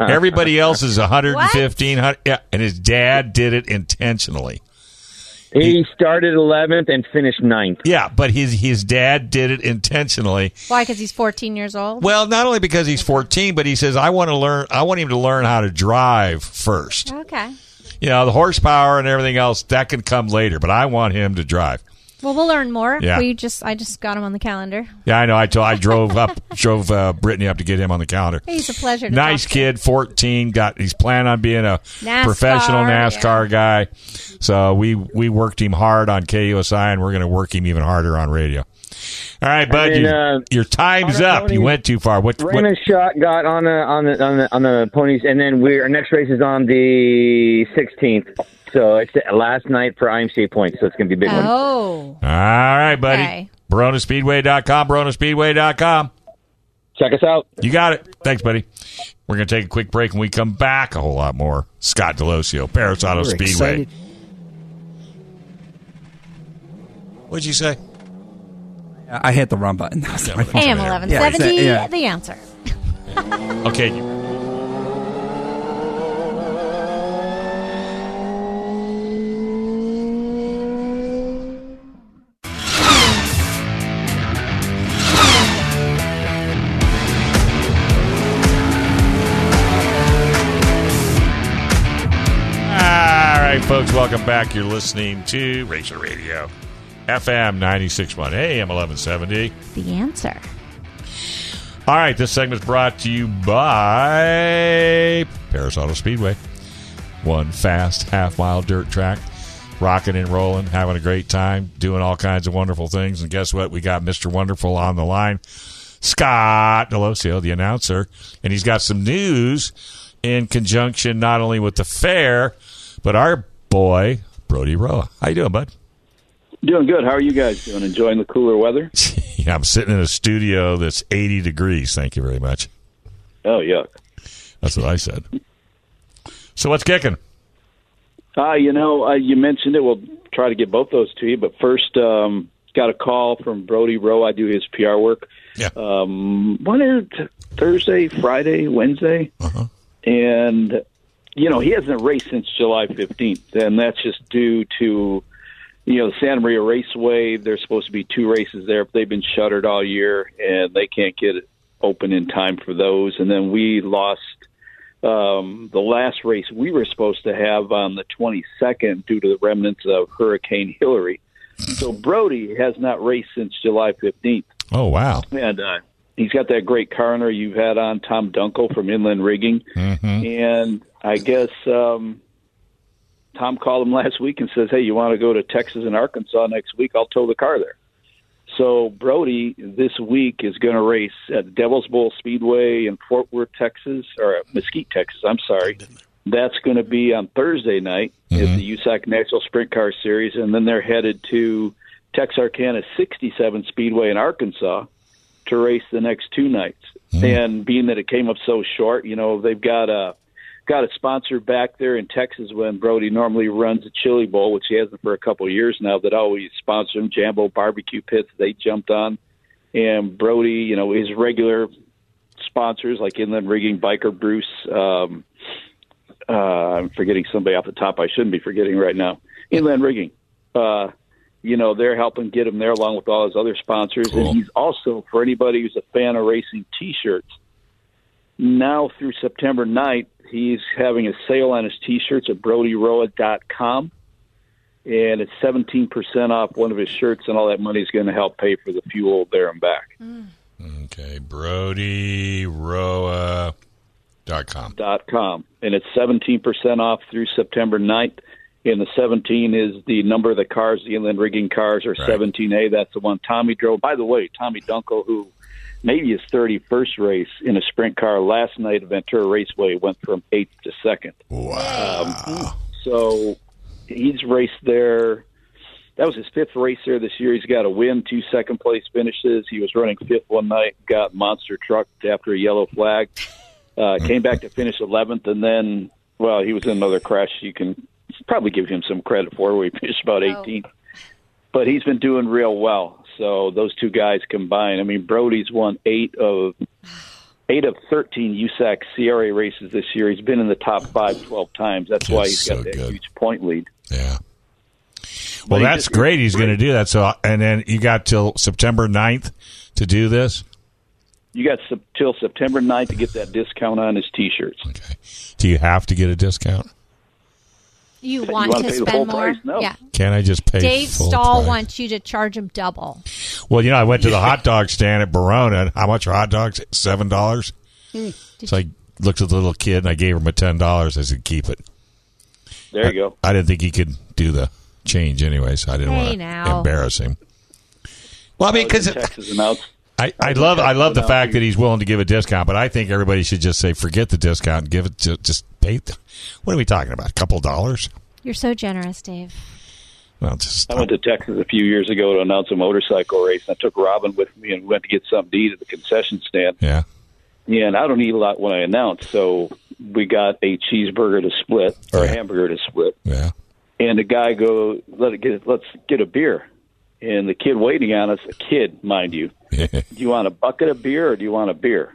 Speaker 2: Everybody else is 115. hun- Yeah, and his dad did it intentionally.
Speaker 7: He started eleventh and finished ninth.
Speaker 2: Yeah, but his his dad did it intentionally.
Speaker 4: why? Because he's 14 years old.
Speaker 2: Well, not only because he's 14, but he says I want to learn. I want him to learn how to drive first.
Speaker 4: Okay.
Speaker 2: You know, the horsepower and everything else that can come later, but I want him to drive.
Speaker 4: Well, we'll learn more.
Speaker 2: Yeah.
Speaker 4: We just I just got him on the calendar.
Speaker 2: Yeah, I know. I told, I drove up, drove uh, Brittany up to get him on the calendar.
Speaker 4: He's a pleasure. To
Speaker 2: Nice
Speaker 4: talk
Speaker 2: kid, 14. Got he's planning on being a
Speaker 4: NASCAR,
Speaker 2: professional
Speaker 4: yeah.
Speaker 2: NASCAR guy. So we we worked him hard on KUSI, and we're going to work him even harder on radio. All right, bud,
Speaker 7: then,
Speaker 2: you-
Speaker 7: uh,
Speaker 2: your time's
Speaker 7: Connor
Speaker 2: up. You
Speaker 7: Tony-
Speaker 2: went too far. What? what
Speaker 7: Raymond Shot got on the on the on the on the ponies, and then we our next race is on the 16th. So it's the last night for IMC points, so it's going to be a big
Speaker 4: To.
Speaker 7: one.
Speaker 4: Oh,
Speaker 2: all right, buddy.
Speaker 4: Okay.
Speaker 2: BronaSpeedway.com, BronaSpeedway.com.
Speaker 7: Check us out.
Speaker 2: You got it. Thanks, buddy. We're going to take a quick break. When we come back, a whole lot more. Scott Delosio, Paris Auto
Speaker 8: We're
Speaker 2: Speedway.
Speaker 8: excited.
Speaker 2: What'd you say?
Speaker 8: I I hit the wrong button. That was my fault.
Speaker 4: AM
Speaker 2: Yeah,
Speaker 4: 1170.
Speaker 8: yeah.
Speaker 4: The answer.
Speaker 2: Okay. All right, folks. Welcome back. You're listening to Racer Radio, FM 96.1 AM 1170.
Speaker 4: The answer.
Speaker 2: All right, this segment's brought to you by Paris Auto Speedway. One fast half mile dirt track, rocking and rolling, having a great time, doing all kinds of wonderful things. And guess what? We got Mr. Wonderful on the line, Scott Delosio, the announcer, and he's got some news in conjunction not only with the fair, but our boy Brody Roa. How you doing, bud?
Speaker 9: Doing good. How are you guys doing? Enjoying the cooler weather?
Speaker 2: Yeah, I'm sitting in a studio that's 80 degrees. Thank you very much.
Speaker 9: Oh, yuck.
Speaker 2: That's what I said. So what's kicking?
Speaker 9: Uh, you know, uh, you mentioned it. We'll try to get both those to you. But first, um, got a call from Brody Rowe. I do his PR work.
Speaker 2: Yeah.
Speaker 9: Um, when is it? Thursday, Friday, Wednesday? And, you know, he hasn't raced since July 15th. And that's just due to, you know, the Santa Maria Raceway. There's supposed to be two races there, but they've been shuttered all year and they can't get it open in time for those. And then we lost um, the last race we were supposed to have on the 22nd due to the remnants of Hurricane Hillary. So Brody has not raced since July 15th.
Speaker 2: Oh, wow.
Speaker 9: And uh, he's got that great coroner you've had on, Tom Dunkel from Inland Rigging. And I guess um, Tom called him last week and says, hey, you want to go to Texas and Arkansas next week? I'll tow the car there. So Brody this week is going to race at Devil's Bowl Speedway in Fort Worth, Texas, or at Mesquite, Texas. I'm sorry. That's going to be on Thursday night at the USAC National Sprint Car Series, and then they're headed to Texarkana 67 Speedway in Arkansas to race the next two nights. And being that it came up so short, you know they've got a got a sponsor back there in Texas when Brody normally runs a Chili Bowl, which he hasn't for a couple of years now. That always sponsored him, Jambo Barbecue Pits. They jumped on, and Brody, you know, his regular sponsors like Inland Rigging, Biker Bruce. Um, uh, I'm forgetting somebody off the top. I shouldn't be forgetting right now. Inland Rigging. Uh, you know, they're helping get him there along with all his other sponsors.
Speaker 2: Cool.
Speaker 9: And he's also, for anybody who's a fan of racing t shirts, now through September 9th, he's having a sale on his t shirts at BrodyRoa.com. And it's 17% off one of his shirts, and all that money is going to help pay for the fuel there and back.
Speaker 2: Okay, BrodyRoa.com.
Speaker 9: dot com, and it's seventeen percent off through September 9th. And the seventeen is the number of the cars, the inland rigging cars, or
Speaker 2: Right.
Speaker 9: seventeen A. That's the one Tommy drove. By the way, Tommy Dunkel, who maybe his thirty first race in a sprint car last night at Ventura Raceway, went from eighth to second.
Speaker 2: Wow.
Speaker 9: So he's raced there. That was his fifth race there this year. He's got a win, two second place finishes. He was running fifth one night, got monster trucked after a yellow flag. Uh, came back to finish 11th, and then, well, he was in another crash. You can probably give him some credit for where he finished about
Speaker 6: Oh.
Speaker 9: 18th. But he's been doing real well. So those two guys combined. I mean, Brody's won eight of eight of 13 USAC CRA races this year. He's been in the top five 12 times. That's why
Speaker 2: That's
Speaker 9: he's
Speaker 2: so
Speaker 9: got that
Speaker 2: good.
Speaker 9: huge point lead.
Speaker 2: yeah. Well,
Speaker 9: he
Speaker 2: that's
Speaker 9: just-
Speaker 2: great. He's going to do that. So, and then you got till September 9th to do this.
Speaker 9: You got sep- till September 9th to get that discount on his T-shirts.
Speaker 2: Okay. Do you have to get a discount?
Speaker 4: You want
Speaker 9: wanna
Speaker 4: to
Speaker 9: pay the
Speaker 4: spend
Speaker 9: full
Speaker 4: more?
Speaker 9: price? No.
Speaker 4: Yeah.
Speaker 2: Can I just pay?
Speaker 4: Dave
Speaker 2: full
Speaker 4: Stahl
Speaker 2: price?
Speaker 4: wants you to charge him double.
Speaker 2: Well, you know, I went to the hot dog stand at Barona. And how much are hot dogs? Seven dollars.
Speaker 4: Hmm.
Speaker 2: So I looked at the little kid and I gave him a ten dollars. I said, "Keep it."
Speaker 9: There you go.
Speaker 2: I didn't think he could do the change anyway, so I didn't
Speaker 4: Hey,
Speaker 2: want to
Speaker 4: now.
Speaker 2: embarrass him. Well, I mean, because
Speaker 9: Texas announced.
Speaker 2: I, I love I love the fact that he's willing to give a discount, but I think everybody should just say forget the discount and give it to just pay. th- what are we talking about? A couple dollars?
Speaker 4: You're so generous, Dave.
Speaker 2: Well, just
Speaker 9: I went to Texas a few years ago to announce a motorcycle race. And I took Robin with me and we went to get something to eat at the concession stand.
Speaker 2: yeah.
Speaker 9: Yeah, and I don't eat a lot when I announce, so we got a cheeseburger to split or a
Speaker 2: Yeah.
Speaker 9: hamburger to split.
Speaker 2: Yeah.
Speaker 9: and the guy go let it get let's get a beer and the kid waiting on us a kid mind you do you want a bucket of beer or do you want a beer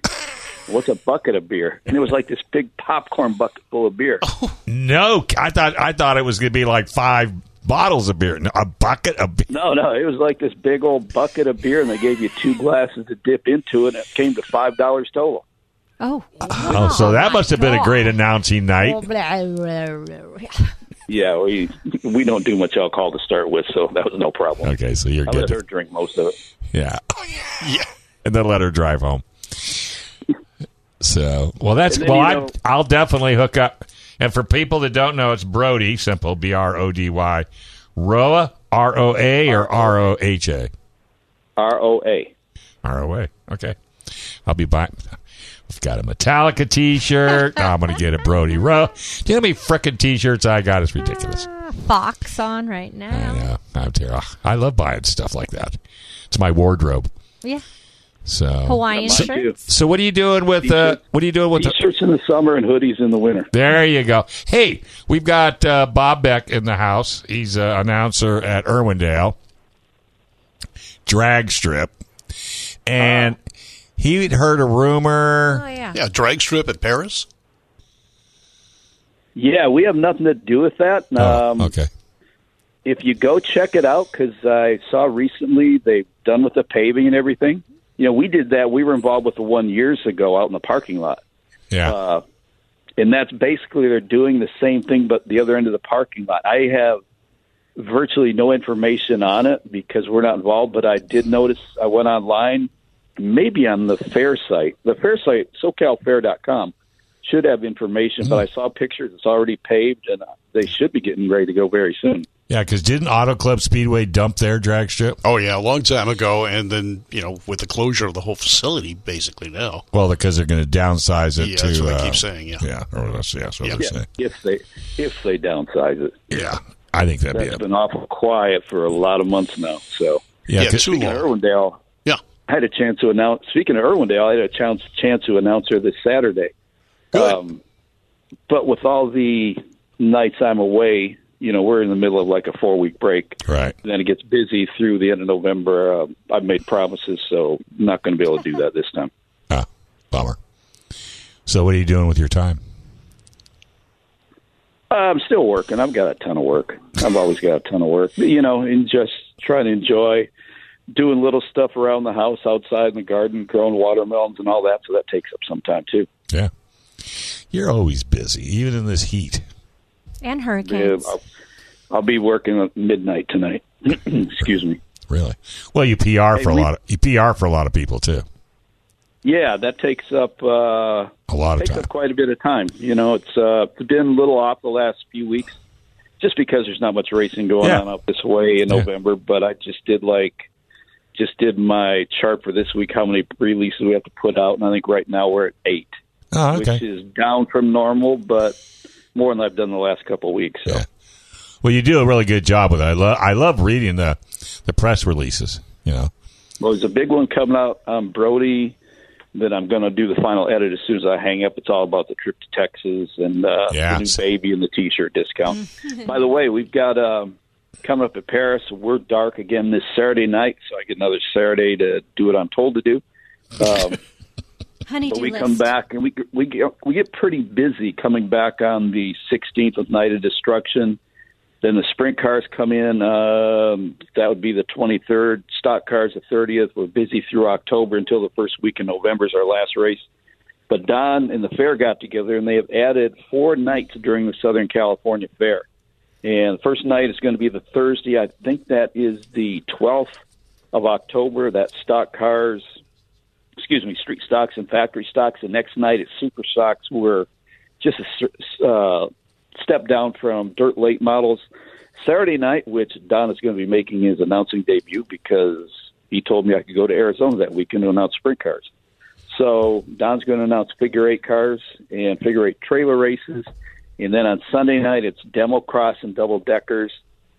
Speaker 9: what's a bucket of beer and it was like this big popcorn bucket full of beer
Speaker 2: No, I thought I thought it was going to be like five bottles of beer, No, a bucket of beer.
Speaker 9: no no it was like this big old bucket of beer and they gave you two glasses to dip into it and it came to five dollars total
Speaker 4: Oh. Oh,
Speaker 2: Oh, so that must have been a great announcing night.
Speaker 9: Yeah, we we don't do much alcohol to start with, so that was no problem.
Speaker 2: Okay, so you're
Speaker 9: I
Speaker 2: good.
Speaker 9: let
Speaker 2: to-
Speaker 9: her drink most of it.
Speaker 2: yeah.
Speaker 9: Oh,
Speaker 5: Yeah.
Speaker 2: and then let her drive home. So, well, that's
Speaker 9: And
Speaker 2: well,
Speaker 9: then, you
Speaker 2: I,
Speaker 9: know-
Speaker 2: I'll definitely hook up. And for people that don't know, it's Brody, simple B R O D Y, Roa R O A or R O H A
Speaker 9: R O A.
Speaker 2: R O A. Okay, I'll be buying. I've got a Metallica T-shirt. Now I'm going to get a Brody Roa. Do you know how many frickin' T-shirts I got? It's ridiculous.
Speaker 4: Fox on right now.
Speaker 2: Oh, Yeah, I'm terrible. I love buying stuff like that. It's my wardrobe.
Speaker 4: Yeah.
Speaker 2: So
Speaker 4: Hawaiian
Speaker 9: So-
Speaker 4: shirts.
Speaker 2: So what are you doing with uh,
Speaker 9: T-shirt.
Speaker 2: what are you doing with the,
Speaker 9: T-shirts in the summer and hoodies in the winter.
Speaker 2: There you go. Hey, we've got uh, Bob Beck in the house. He's an announcer at Irwindale Drag Strip, and he had heard a rumor.
Speaker 4: Oh yeah.
Speaker 5: Yeah, drag strip at Paris.
Speaker 9: Yeah, we have nothing to do with that.
Speaker 2: Oh,
Speaker 9: um,
Speaker 2: okay,
Speaker 9: If you go check it out, because I saw recently they've done with the paving and everything. You know, we did that. We were involved with the one years ago out in the parking lot.
Speaker 2: yeah,
Speaker 9: and that's basically they're doing the same thing but the other end of the parking lot i have virtually no information on it because we're not involved but i did notice i went online maybe on the fair site the fair site socalfair.com should have information but i saw pictures it's already paved and they should be getting ready to go very soon
Speaker 2: yeah. Because didn't Auto Club Speedway dump their drag strip?
Speaker 5: Oh yeah, a long time ago, and then you know, with the closure of the whole facility, basically now.
Speaker 2: Well, because they're going to downsize it
Speaker 5: Yeah,
Speaker 2: to.
Speaker 5: that's what
Speaker 2: uh,
Speaker 5: they keep saying. Yeah,
Speaker 2: Yeah, or that's, yeah, that's what
Speaker 5: Yeah.
Speaker 2: they're saying.
Speaker 9: if they if they downsize it
Speaker 2: Yeah, I think that'd
Speaker 9: that's
Speaker 2: be it.
Speaker 9: been awful quiet for a lot of months now so
Speaker 2: Yeah,
Speaker 5: Yeah,
Speaker 2: 'cause-
Speaker 5: too
Speaker 9: Speaking of
Speaker 5: long.
Speaker 9: Irwindale,
Speaker 5: Yeah,
Speaker 9: I had a chance to announce. Speaking of Irwindale, I had a chance chance to announce her this Saturday.
Speaker 5: Good.
Speaker 9: Um, but with all the nights I'm away, you know, we're in the middle of like a four week break.
Speaker 2: right.
Speaker 9: Then it gets busy through the end of November. Uh, I've made promises, so not going to be able to do that this time.
Speaker 2: Ah, bummer. So, what are you doing with your time?
Speaker 9: Uh, I'm still working. I've got a ton of work. I've always got a ton of work. But, you know, and just trying to enjoy doing little stuff around the house, outside in the garden, growing watermelons and all that. So that takes up some time too.
Speaker 2: Yeah, you're always busy, even in this heat.
Speaker 4: And
Speaker 9: Yeah, uh,
Speaker 4: hurricanes.
Speaker 9: I'll, I'll be working at midnight tonight. Excuse me.
Speaker 2: Really? Well, you PR for a
Speaker 9: we-
Speaker 2: lot. Of, you PR for a lot of people too.
Speaker 9: Yeah, that takes up uh,
Speaker 2: A lot of
Speaker 9: takes
Speaker 2: time.
Speaker 9: up quite a bit of time. You know, it's uh, it's been a little off the last few weeks, just because there's not much racing going
Speaker 2: Yeah.
Speaker 9: on up this way in
Speaker 2: Yeah.
Speaker 9: November. But I just did like just did my chart for this week, how many releases we have to put out, and I think right now we're at eight,
Speaker 2: Oh,
Speaker 9: which
Speaker 2: okay.
Speaker 9: is down from normal, but more than I've done the last couple of weeks. So.
Speaker 2: Yeah. Well, you do a really good job with it. I love. I love reading the the press releases. You know.
Speaker 9: Well, there's a big one coming out on Brody that I'm going to do the final edit as soon as I hang up. It's all about the trip to Texas and uh,
Speaker 2: Yeah.
Speaker 9: the new baby and the T-shirt discount. By the way, we've got um, coming up at Paris. We're dark again this Saturday night, so I get another Saturday to do what I'm told to do. Um,
Speaker 4: Honey
Speaker 9: but
Speaker 4: do
Speaker 9: we
Speaker 4: list.
Speaker 9: come back and we we get, we get pretty busy coming back on the 16th of Night of Destruction. Then the sprint cars come in. Um, that would be the 23rd. Stock cars the 30th. We're busy through October until the first week in November is our last race. But Don and the fair got together and they have added four nights during the Southern California Fair. And the first night is going to be the Thursday. I think that is the 12th of October. That stock cars excuse me, street stocks and factory stocks. The next night at super stocks were just a s- uh, step down from dirt late models. Saturday night, which Don is going to be making his announcing debut because he told me I could go to Arizona that weekend to announce sprint cars. So Don's going to announce figure eight cars and figure eight trailer races. And then on Sunday night, it's demo cross and double deckers.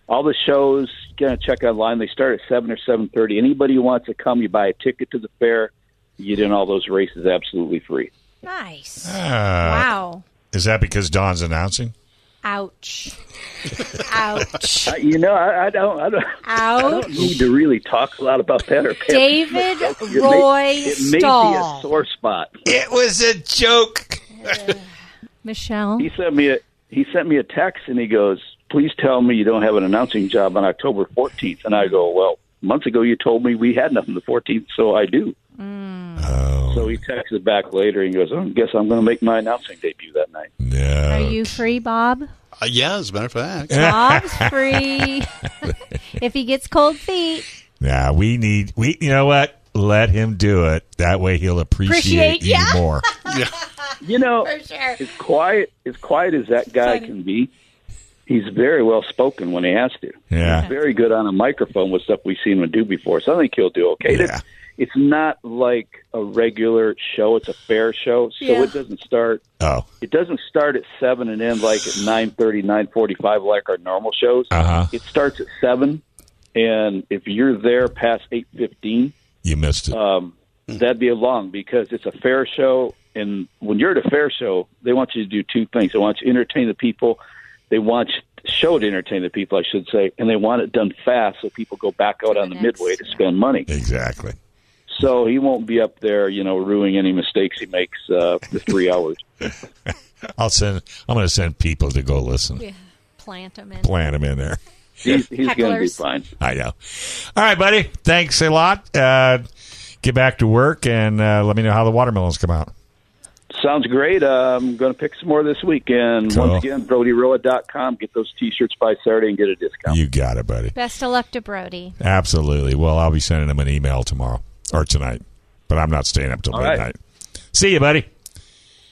Speaker 9: All the shows, you got to check online. They start at 7 or 7.30. Anybody who wants to come, you buy a ticket to the fair. You get in all those races absolutely free.
Speaker 4: Nice.
Speaker 2: Ah.
Speaker 4: wow.
Speaker 2: Is that because Don's announcing?
Speaker 4: Ouch. Ouch.
Speaker 9: Uh, you know, I, I don't, I don't, I don't
Speaker 4: Ouch.
Speaker 9: need to really talk a lot about that. Or
Speaker 4: David
Speaker 9: It may-
Speaker 4: Roy
Speaker 9: it may, be a
Speaker 4: Stahl.
Speaker 9: sore spot.
Speaker 2: It was a joke.
Speaker 4: Michelle.
Speaker 9: He sent me a he sent me a text and he goes, "Please tell me you don't have an announcing job on October
Speaker 4: Mm.
Speaker 9: 14th." And I go, "Well, months ago you told me we had nothing the 14th, so I do."
Speaker 2: Oh,
Speaker 9: So he texted back later and he goes, I guess I'm going to make my announcing debut that night.
Speaker 2: Yeah.
Speaker 4: Are you free, Bob?
Speaker 5: Uh, yeah, as a matter of fact.
Speaker 4: Bob's free. if he gets cold feet,
Speaker 2: Nah, we need we. You know what? Let him do it. That way, he'll appreciate,
Speaker 4: Appreciate,
Speaker 2: you
Speaker 4: yeah.
Speaker 2: more.
Speaker 5: Yeah.
Speaker 9: You know,
Speaker 6: For sure.
Speaker 9: as quiet as quiet as that guy
Speaker 6: Exciting.
Speaker 9: can be, he's very well spoken when he has to.
Speaker 2: Yeah.
Speaker 9: He's very good on a microphone with stuff we've seen him do before. So I think he'll do okay.
Speaker 2: Yeah.
Speaker 9: It's, it's not like a regular show; it's a fair show, so
Speaker 6: Yeah.
Speaker 9: it doesn't start.
Speaker 2: Oh,
Speaker 9: It doesn't start at seven and end like at nine thirty, nine forty-five, like our normal shows.
Speaker 2: Uh-huh.
Speaker 9: It starts at seven, and if you're there past eight fifteen,
Speaker 2: you missed it.
Speaker 9: um, that'd be a long because it's a fair show. And when you're at a fair show, they want you to do two things. They want you to entertain the people. They want you- the show to entertain the people, I should say, and they want it done fast so people go back out on the
Speaker 4: next.
Speaker 9: midway to spend money.
Speaker 2: exactly.
Speaker 9: So he won't be up there, you know, ruining any mistakes he makes uh, for three hours.
Speaker 2: I'll send. I'm going to send people to go listen.
Speaker 6: Yeah.
Speaker 4: plant him in.
Speaker 2: Plant him in there.
Speaker 9: He's, he's going to be
Speaker 4: Hecklers.
Speaker 9: fine.
Speaker 2: I know. All right, buddy. Thanks a lot. Uh, get back to work and uh, let me know how the watermelons come out.
Speaker 9: Sounds great. Uh, I'm going to pick some more this week. And
Speaker 2: Cool.
Speaker 9: once again, BrodyRoa.com. Get those T-shirts by Saturday and get a discount.
Speaker 2: You got it, buddy.
Speaker 4: Best of luck to Brody.
Speaker 2: Absolutely. Well, I'll be sending him an email tomorrow or tonight, but I'm not staying up till
Speaker 9: All right.
Speaker 2: midnight. See you, buddy.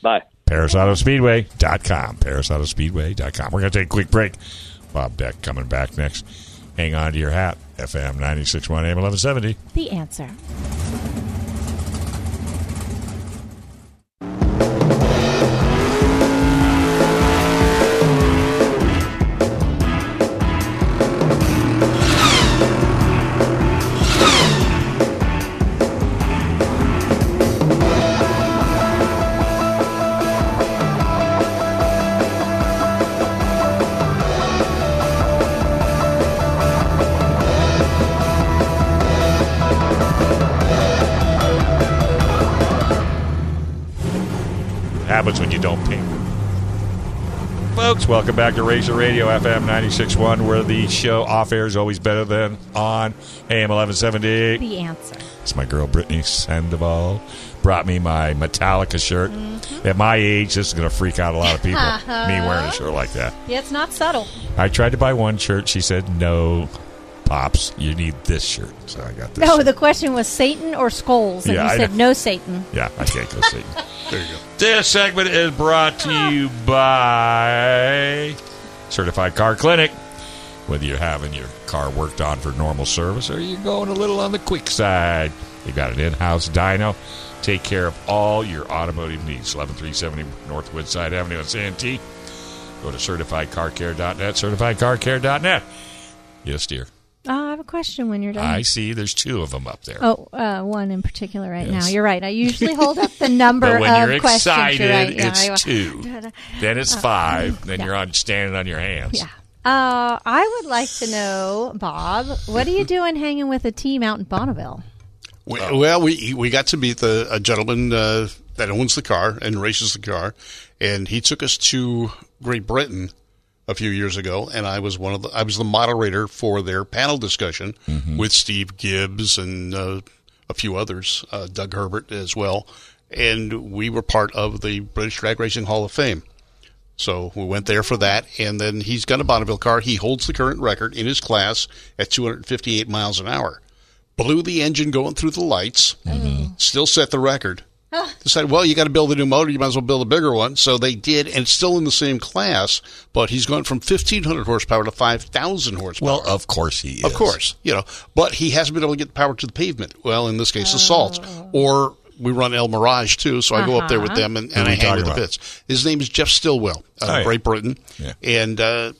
Speaker 9: Bye.
Speaker 2: ParisAutoSpeedway.com. ParisAutoSpeedway.com. We're going to take a quick break. Bob Beck coming back next. Hang on to your hat. FM 961 AM 1170.
Speaker 4: The answer.
Speaker 2: happens when you don't ping. Folks, welcome back to Razor Radio FM 961, where the show off air is always better than on AM 1170.
Speaker 4: The answer.
Speaker 2: It's my girl Brittany Sandoval. Brought me my Metallica shirt. At my age, this is going to freak out a lot of people, me wearing a shirt like that.
Speaker 4: Yeah, it's not subtle.
Speaker 2: I tried to buy one shirt. She said, no, Pops, you need this shirt. So I got this.
Speaker 4: No,
Speaker 2: shirt.
Speaker 4: Oh, the question was Satan or skulls, and
Speaker 2: Yeah,
Speaker 4: you
Speaker 2: I
Speaker 4: said
Speaker 2: know.
Speaker 4: no Satan.
Speaker 2: Yeah, I can't go see. there you go. This segment is brought to you by Certified Car Clinic. Whether you're having your car worked on for normal service or you're going a little on the quick side, they've got an in-house dyno. Take care of all your automotive needs. 11370 North Woodside Avenue in Santee. Go to certifiedcarcare.net, certifiedcarcare.net. Yes, dear.
Speaker 4: Oh, I have a question when you're done.
Speaker 2: I see there's two of them up there.
Speaker 4: Oh, uh, one in particular right now.
Speaker 2: Yes.
Speaker 4: You're right. I usually hold up the number
Speaker 2: But when
Speaker 4: of
Speaker 2: you're
Speaker 4: questions.
Speaker 2: excited,
Speaker 4: you're right. Yeah,
Speaker 2: it's
Speaker 4: I- Uh,
Speaker 2: two. Then it's five. Then you're on standing on your hands.
Speaker 4: Yeah. Uh, I would like to know, Bob, what are you doing hanging with a team out in Bonneville?
Speaker 5: We, well, we we got to meet the a gentleman uh, that owns the car and races the car, and he took us to Great Britain a few years ago, and I was one of the I was the moderator for their panel discussion with Steve Gibbs and uh, a few others, uh, Doug Herbert as well, and we were part of the British Drag Racing Hall of Fame. So we went there for that, and then he's got a Bonneville car. He holds the current record in his class at 258 miles an hour. Blew the engine going through the lights.
Speaker 2: Mm-hmm.
Speaker 5: Still set the record. Decided, well, you got to build a new motor. You might as well build a bigger one. So they did, and it's still in the same class, but he's gone from 1,500 horsepower to 5,000 horsepower.
Speaker 2: Well, of course he is.
Speaker 5: Of course, you know, but he hasn't been able to get the power to the pavement. Well, in this case, the salt. Or we run El Mirage too, so I go up there with them and, and
Speaker 2: are
Speaker 5: I
Speaker 2: we
Speaker 5: hang
Speaker 2: talking
Speaker 5: with the
Speaker 2: about?
Speaker 5: pits. His name is Jeff Stillwell out of
Speaker 2: Oh, yeah.
Speaker 5: Great Britain,
Speaker 2: Yeah.
Speaker 5: and uh,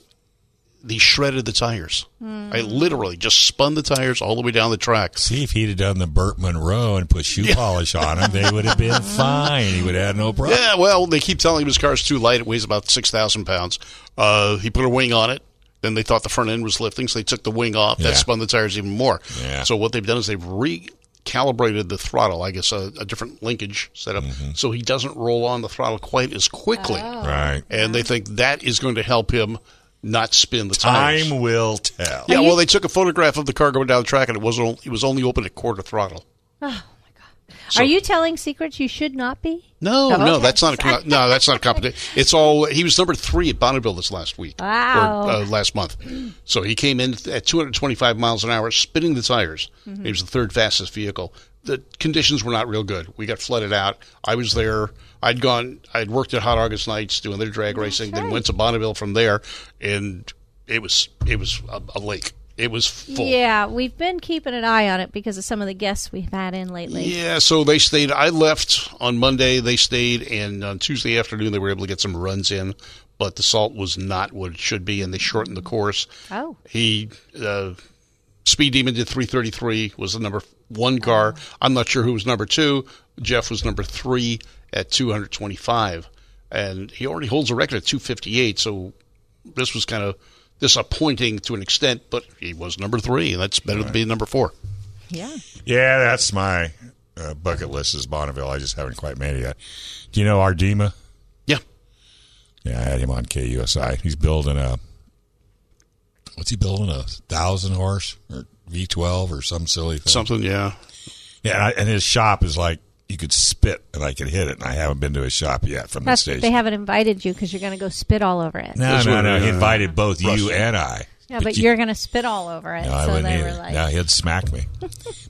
Speaker 5: he shredded the tires. I literally just spun the tires all the way down the track.
Speaker 2: See, if he'd have done the Burt Monroe and put shoe polish on him, they would have been fine. He would have had no problem.
Speaker 5: Yeah, well, they keep telling him his car's too light. It weighs about 6,000 pounds. Uh, he put a wing on it. Then they thought the front end was lifting, so they took the wing off.
Speaker 2: Yeah.
Speaker 5: That spun the tires even more.
Speaker 2: Yeah.
Speaker 5: So what they've done is they've recalibrated the throttle, I guess a, a different linkage setup, so he doesn't roll on the throttle quite as quickly.
Speaker 2: Mm-hmm. Right.
Speaker 5: And they think that is going to help him not spin the tires.
Speaker 2: Time will tell.
Speaker 5: Yeah, well, they took a photograph of the car going down the track, and it was only, it was only open at quarter throttle.
Speaker 4: Are you telling secrets you should not be?
Speaker 5: No,
Speaker 4: Oh,
Speaker 5: no,
Speaker 4: okay.
Speaker 5: that's not a com- no, that's not competition. It's all he was number three at Bonneville this last week
Speaker 4: Wow.
Speaker 5: or uh, last month. So he came in at 225 miles an hour, spinning the tires.
Speaker 4: Mm-hmm.
Speaker 5: He was the third fastest vehicle. The conditions were not real good. We got flooded out. I was there. I'd gone. I'd worked at Hot August Nights doing their drag racing. Then went to Bonneville from there, and it was it was a, a lake. It was full.
Speaker 4: Yeah, we've been keeping an eye on it because of some of the guests we've had in lately.
Speaker 5: Yeah, so they stayed. I left on Monday. They stayed, and on Tuesday afternoon, they were able to get some runs in, but the salt was not what it should be, and they shortened the course.
Speaker 4: Oh.
Speaker 5: He, uh, Speed Demon did 333, was the number one car. I'm not sure who was number two. Jeff was number three at 225, and he already holds a record at 258, so this was kind of disappointing to an extent, but he was number three, and that's better than being number four.
Speaker 4: Yeah.
Speaker 2: Yeah, that's my uh, bucket list is Bonneville. I just haven't quite made it yet. Do you know Ardema?
Speaker 5: Yeah.
Speaker 2: Yeah, I had him on KUSI. He's building a what's he building a thousand horse or V twelve or some silly thing.
Speaker 5: Something, yeah.
Speaker 2: Yeah, and, I, and his shop is like you could spit and I could hit it. And I haven't been to his shop yet from
Speaker 4: That's,
Speaker 2: the station.
Speaker 4: they haven't invited you because you're going to go spit all over it.
Speaker 2: no,
Speaker 5: That's
Speaker 2: no,
Speaker 5: what-
Speaker 2: no. He
Speaker 5: uh,
Speaker 2: invited both you
Speaker 5: Russell.
Speaker 2: and I.
Speaker 4: Yeah, but, you're going to spit all over it.
Speaker 2: No, I
Speaker 4: so
Speaker 2: wouldn't
Speaker 4: they
Speaker 2: either.
Speaker 4: were like,
Speaker 2: no, he'd smack me.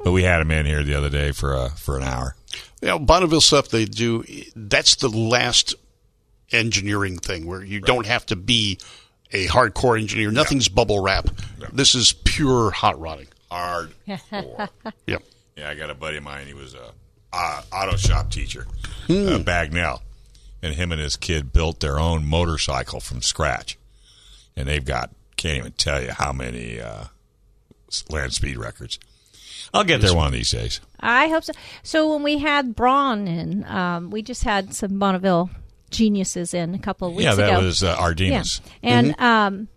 Speaker 2: but we had him in here the other day for uh, for an hour.
Speaker 5: You know, Bonneville stuff they do, that's the last engineering thing where you don't have to be a hardcore engineer. Nothing's bubble wrap. This is pure hot rodding.
Speaker 2: Hard.
Speaker 5: Yeah.
Speaker 2: Yeah, I got a buddy of mine. He was a uh, auto shop teacher, uh,
Speaker 5: Hmm.
Speaker 2: Bagnell, and him and his kid built their own motorcycle from scratch, and they've got can't even tell you how many uh, land speed records. I'll get there one of these days.
Speaker 4: I hope so. So when we had Braun in, um, we just had some Bonneville geniuses in a couple of weeks
Speaker 2: yeah, that
Speaker 4: ago.
Speaker 2: was Mm-hmm. uh, Ardenas.
Speaker 4: And um,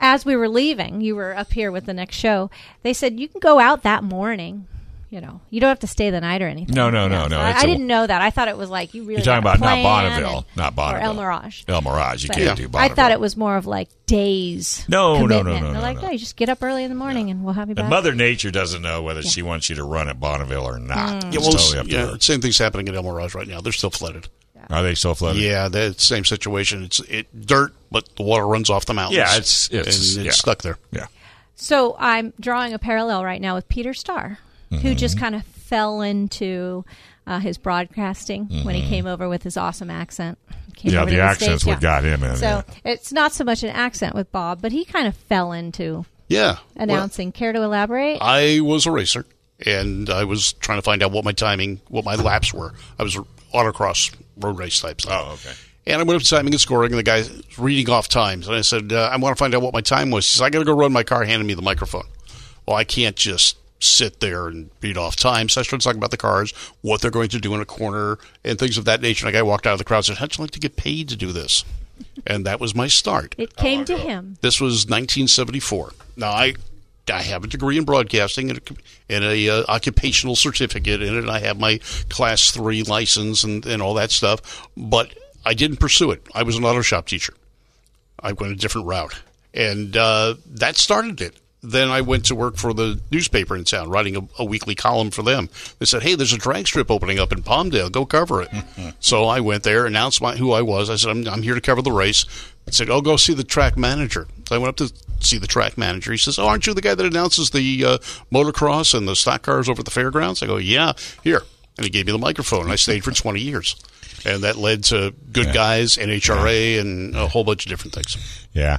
Speaker 4: as we were leaving, you were up here with the next show. They said you can go out that morning. You know, you don't have to stay the night or anything.
Speaker 2: No, no, no,
Speaker 4: Yeah,
Speaker 2: no,
Speaker 4: so I,
Speaker 2: it's
Speaker 4: I
Speaker 2: a-
Speaker 4: didn't know that. I thought it was like you really.
Speaker 2: You're talking about
Speaker 4: had a
Speaker 2: not
Speaker 4: plan
Speaker 2: Bonneville,
Speaker 4: and-
Speaker 2: not Bonneville,
Speaker 4: or El Mirage.
Speaker 2: El Mirage. You
Speaker 4: But
Speaker 2: can't do
Speaker 4: I
Speaker 2: Bonneville.
Speaker 4: thought it was more of like days.
Speaker 2: No, no, no,
Speaker 4: commitment.
Speaker 2: no,
Speaker 4: They're
Speaker 2: no,
Speaker 4: like,
Speaker 2: no.
Speaker 4: you just get up early in the morning and we'll have you back.
Speaker 2: And Mother Nature doesn't know whether she wants you to run at Bonneville or
Speaker 4: Mm.
Speaker 2: not.
Speaker 5: Yeah,
Speaker 2: It's
Speaker 5: well,
Speaker 2: totally up to
Speaker 5: yeah,
Speaker 2: her.
Speaker 5: same thing's happening at El Mirage right now. They're still flooded.
Speaker 2: Are they so flooded?
Speaker 5: Yeah, that same situation. It's it dirt, but the water runs off the mountains.
Speaker 2: Yeah, it's- it's-
Speaker 5: and it's
Speaker 2: yeah.
Speaker 5: stuck there.
Speaker 2: Yeah.
Speaker 4: So I'm drawing a parallel right now with Peter Starr, who just
Speaker 2: Mm-hmm.
Speaker 4: kind of fell into uh, his broadcasting when he came over with his awesome accent.
Speaker 2: Mm-hmm.
Speaker 4: Came
Speaker 2: Yeah,
Speaker 4: over
Speaker 2: the
Speaker 4: to
Speaker 2: accent's
Speaker 4: States,
Speaker 2: what got him in,
Speaker 4: So it's not so much an accent with Bob, but he kind of fell into
Speaker 5: Yeah. Well,
Speaker 4: announcing. Care to elaborate?
Speaker 5: I was a racer, and I was trying to find out what my timing, what my laps were. I was a autocross road race type stuff.
Speaker 2: Oh, okay.
Speaker 5: And I went up to timing and scoring, and the guy's reading off times. And I said, uh, I want to find out what my time was. He says, I got to go run my car, handed me the microphone. Well, I can't just sit there and read off time. So I started talking about the cars, what they're going to do in a corner, and things of that nature. And a guy walked out of the crowd and said, How'd you like to get paid to do this? And that was my start.
Speaker 4: It came to him.
Speaker 5: This was 1974. Now I I have a degree in broadcasting and a, and a uh, occupational certificate in it, and I have my class three license and, and all that stuff. But I didn't pursue it. I was an auto shop teacher. I went a different route, and uh, that started it. Then I went to work for the newspaper in town, writing a, a weekly column for them. They said, "Hey, there's a drag strip opening up in Palmdale. Go cover it." so I went there, announced my, who I was. I said, I'm, "I'm here to cover the race." I said, "Oh, go see the track manager." So I went up to see the track manager. He says, "Oh, aren't you the guy that announces the uh, motocross and the stock cars over at the fairgrounds?" I go, "Yeah, here." And he gave me the microphone. and I stayed for 20 years, and that led to Good Guys, NHRA, and a whole bunch of different things.
Speaker 2: Yeah.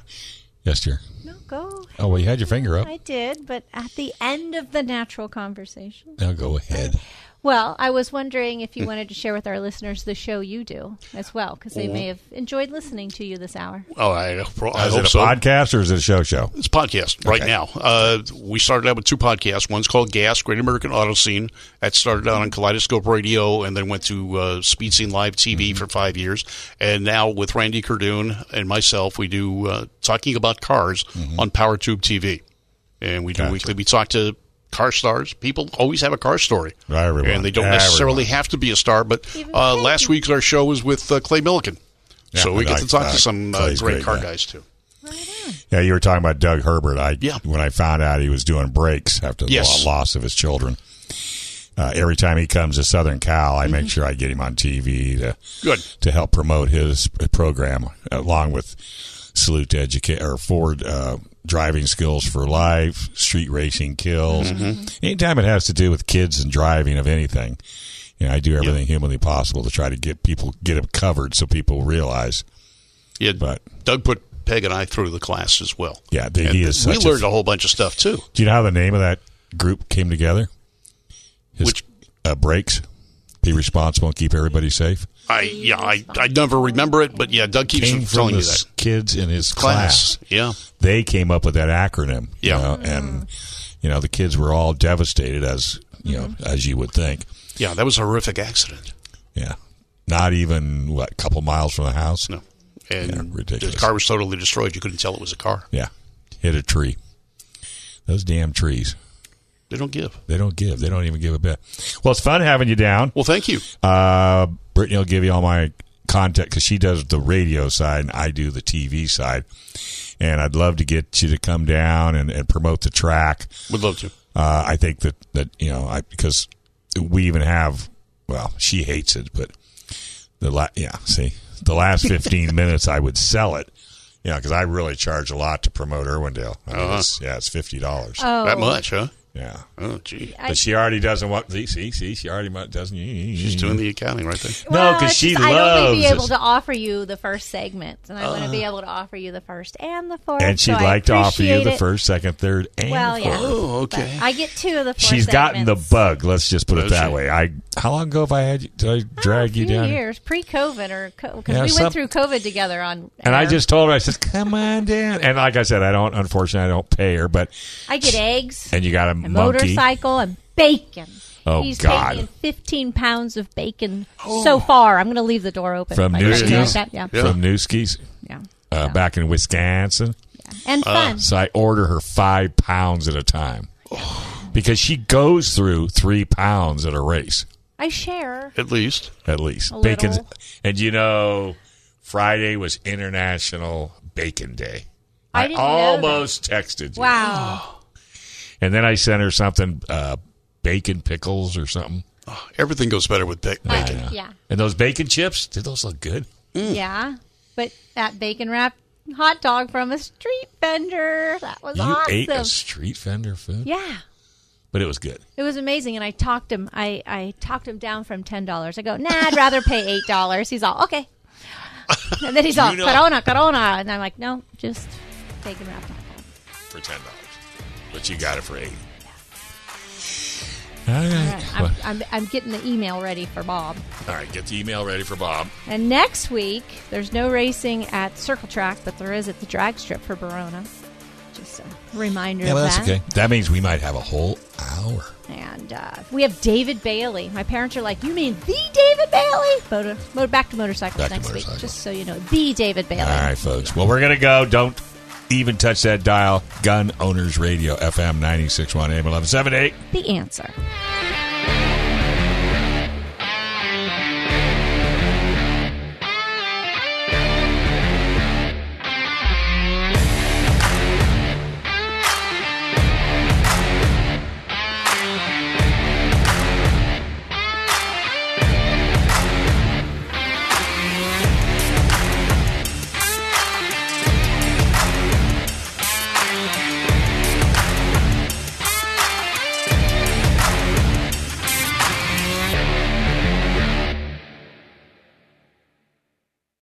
Speaker 2: Yes, dear.
Speaker 4: No, go.
Speaker 2: Oh, well, you had your finger up.
Speaker 4: I did, but at the end of the natural conversation.
Speaker 2: Now go ahead.
Speaker 4: Well, I was wondering if you wanted to share with our listeners the show you do as well, because they may have enjoyed listening to you this hour.
Speaker 5: Oh, I, I
Speaker 2: is it
Speaker 5: hope
Speaker 2: a
Speaker 5: so.
Speaker 2: podcast or is it a show show?
Speaker 5: it's a podcast right
Speaker 2: Okay.
Speaker 5: now. Uh, we started out with two podcasts. One's called Gas, Great American Auto Scene. That started out on Kaleidoscope Radio and then went to uh, Speed Scene Live TV
Speaker 2: Mm-hmm.
Speaker 5: for five years. And now with Randy Cardoon and myself, we do uh, Talking About Cars on Power Tube TV. And we
Speaker 2: Mm-hmm.
Speaker 5: do
Speaker 2: Gotcha.
Speaker 5: weekly. We talk to car stars. People always have a car story.
Speaker 2: Everyone.
Speaker 5: And they don't
Speaker 2: Everyone.
Speaker 5: necessarily have to be a star. But uh, last week's our show was with uh, Clay Milliken.
Speaker 2: Yeah,
Speaker 5: so we
Speaker 2: I
Speaker 5: get to
Speaker 2: like-
Speaker 5: talk
Speaker 2: I
Speaker 5: to
Speaker 2: like
Speaker 5: some uh,
Speaker 2: Clay's
Speaker 5: great,
Speaker 2: great
Speaker 5: car
Speaker 2: guy.
Speaker 5: guys, too.
Speaker 2: Yeah, you were talking about Doug Herbert. I
Speaker 5: Yeah.
Speaker 2: when I found out he was doing breaks after the
Speaker 5: Yes.
Speaker 2: lo- loss of his children. Uh, every time he comes to Southern Cal, I
Speaker 4: Mm-hmm.
Speaker 2: make sure I get him on TV to
Speaker 5: Good.
Speaker 2: to help promote his program, along with Salute to Educate or Ford uh, Driving Skills for Life, Street Racing Kills.
Speaker 5: Mm-hmm.
Speaker 2: Anytime it has to do with kids and driving of anything, you know, I do everything humanly possible to try to get people get them covered so people realize.
Speaker 5: Yeah,
Speaker 2: But-
Speaker 5: Doug put Peg and I through the class as well.
Speaker 2: Yeah, the,
Speaker 5: And
Speaker 2: he is.
Speaker 5: we
Speaker 2: Such
Speaker 5: learned
Speaker 2: a,
Speaker 5: a whole bunch of stuff too.
Speaker 2: Do you know how the name of that group came together? His,
Speaker 5: Which-
Speaker 2: uh, breaks. Be responsible and keep everybody safe.
Speaker 5: I yeah, I, I never remember it, but yeah, Doug keeps
Speaker 2: Came from
Speaker 5: telling
Speaker 2: the
Speaker 5: me that.
Speaker 2: kids in his class.
Speaker 5: Yeah.
Speaker 2: They came up with that acronym. you
Speaker 5: Yeah.
Speaker 2: know, and you know the kids were all devastated, as you
Speaker 5: Mm-hmm.
Speaker 2: know, as you would think.
Speaker 5: Yeah, that was a horrific accident.
Speaker 2: Yeah, not even what a couple miles from the house.
Speaker 5: No. And
Speaker 2: Yeah, ridiculous.
Speaker 5: the car was totally destroyed. You couldn't tell it was a car.
Speaker 2: Yeah, hit a tree. Those damn trees.
Speaker 5: They don't give.
Speaker 2: They don't give. They don't even give a bit. Well, it's fun having you down.
Speaker 5: Well, thank you.
Speaker 2: Uh, Brittany will give you all my contact because she does the radio side and I do the TV side. And I'd love to get you to come down and, and promote the track.
Speaker 5: Would love to.
Speaker 2: Uh, I think that, that you know, I because we even have, well, she hates it, but the la- yeah, see, the last 15 minutes I would sell it. Yeah, because I really charge a lot to promote Irwindale. I mean,
Speaker 5: Uh-huh.
Speaker 2: it's, yeah, it's fifty dollars.
Speaker 4: Oh,
Speaker 5: That much, huh?
Speaker 2: yeah,
Speaker 5: Oh, gee.
Speaker 4: I-
Speaker 2: but she already doesn't want. See, see, see, she already mu- doesn't.
Speaker 5: She's doing the accounting right there.
Speaker 2: No,
Speaker 4: Well,
Speaker 2: 'cause
Speaker 4: it's
Speaker 2: she
Speaker 4: just I'd only be
Speaker 2: loves
Speaker 4: able
Speaker 2: it.
Speaker 4: to offer you the first segment, and I want to be
Speaker 2: Uh-huh.
Speaker 4: able to offer you the first and the fourth.
Speaker 2: and she'd
Speaker 4: so I
Speaker 2: like to offer you the
Speaker 4: appreciate it.
Speaker 2: first, second, third, and
Speaker 4: Well, yeah.
Speaker 2: fourth.
Speaker 5: Oh,
Speaker 4: But
Speaker 5: okay.
Speaker 4: I get two of the four.
Speaker 2: She's gotten the
Speaker 4: segments.
Speaker 2: bug. Let's just put it
Speaker 5: Does
Speaker 2: that
Speaker 5: she?
Speaker 2: way. I how long ago have I had you- did I drag
Speaker 4: Oh, a
Speaker 2: you
Speaker 4: few
Speaker 2: down? here?
Speaker 4: years pre-COVID or because
Speaker 2: Yeah,
Speaker 4: we
Speaker 2: some-
Speaker 4: went through COVID together on.
Speaker 2: And I
Speaker 4: air.
Speaker 2: just told her, I said, "Come on down." And like I said, I don't. Unfortunately, I don't pay her. But
Speaker 4: I get eggs
Speaker 2: and you got a,
Speaker 4: a
Speaker 2: monkey.
Speaker 4: motorcycle and bacon.
Speaker 2: Oh,
Speaker 4: He's
Speaker 2: God.
Speaker 4: taken 15 pounds of bacon
Speaker 2: Oh.
Speaker 4: so far. I'm going to leave the door open.
Speaker 2: From
Speaker 4: Like,
Speaker 2: New
Speaker 4: something like
Speaker 2: Skis?
Speaker 4: that. Yeah.
Speaker 2: from Newski's
Speaker 4: yeah.
Speaker 2: uh, back in Wisconsin.
Speaker 4: And fun.
Speaker 2: Uh, So I order her five pounds at a time because she goes through three pounds at a race.
Speaker 4: I share.
Speaker 5: At least.
Speaker 2: at least.
Speaker 4: A
Speaker 2: Bacon,
Speaker 4: little.
Speaker 2: and you know, Friday was International Bacon Day.
Speaker 4: I didn't know
Speaker 2: almost texted you,
Speaker 4: Wow.
Speaker 2: and then I sent her something, uh, bacon pickles or something.
Speaker 5: Everything goes better with ba- bacon.
Speaker 4: Yeah.
Speaker 2: And those bacon chips, did those look good?
Speaker 4: Yeah. But that bacon wrapped hot dog from a street vendor. That was
Speaker 2: You
Speaker 4: awesome.
Speaker 2: ate a street vendor food,
Speaker 4: yeah.
Speaker 2: but it was good.
Speaker 4: It was amazing, and I talked him. I, I talked him down from ten dollars. I go, nah, I'd rather pay eight dollars. He's all okay, and then he's all
Speaker 2: know-
Speaker 4: Corona, Corona, and I'm like, no, just bacon wrapped.
Speaker 2: for ten dollars, but you got it for eight. All right.
Speaker 4: All right, I'm, I'm, I'm getting the email ready for Bob.
Speaker 2: All right, get the email ready for Bob.
Speaker 4: And next week, there's no racing at Circle Track, but there is at the drag strip for Verona. Just a reminder of that.
Speaker 2: That means we might have a whole hour.
Speaker 4: And uh, we have David Bailey. My parents are like, "You mean the David Bailey?" Motor, motor, back to motorcycles
Speaker 2: Back to
Speaker 4: next week,
Speaker 2: motorcycles.
Speaker 4: just so you know, the David Bailey.
Speaker 2: All right, folks. Well, we're going to go. Don't even touch that dial. Gun Owners Radio, FM 961 AM 1178.
Speaker 4: The answer.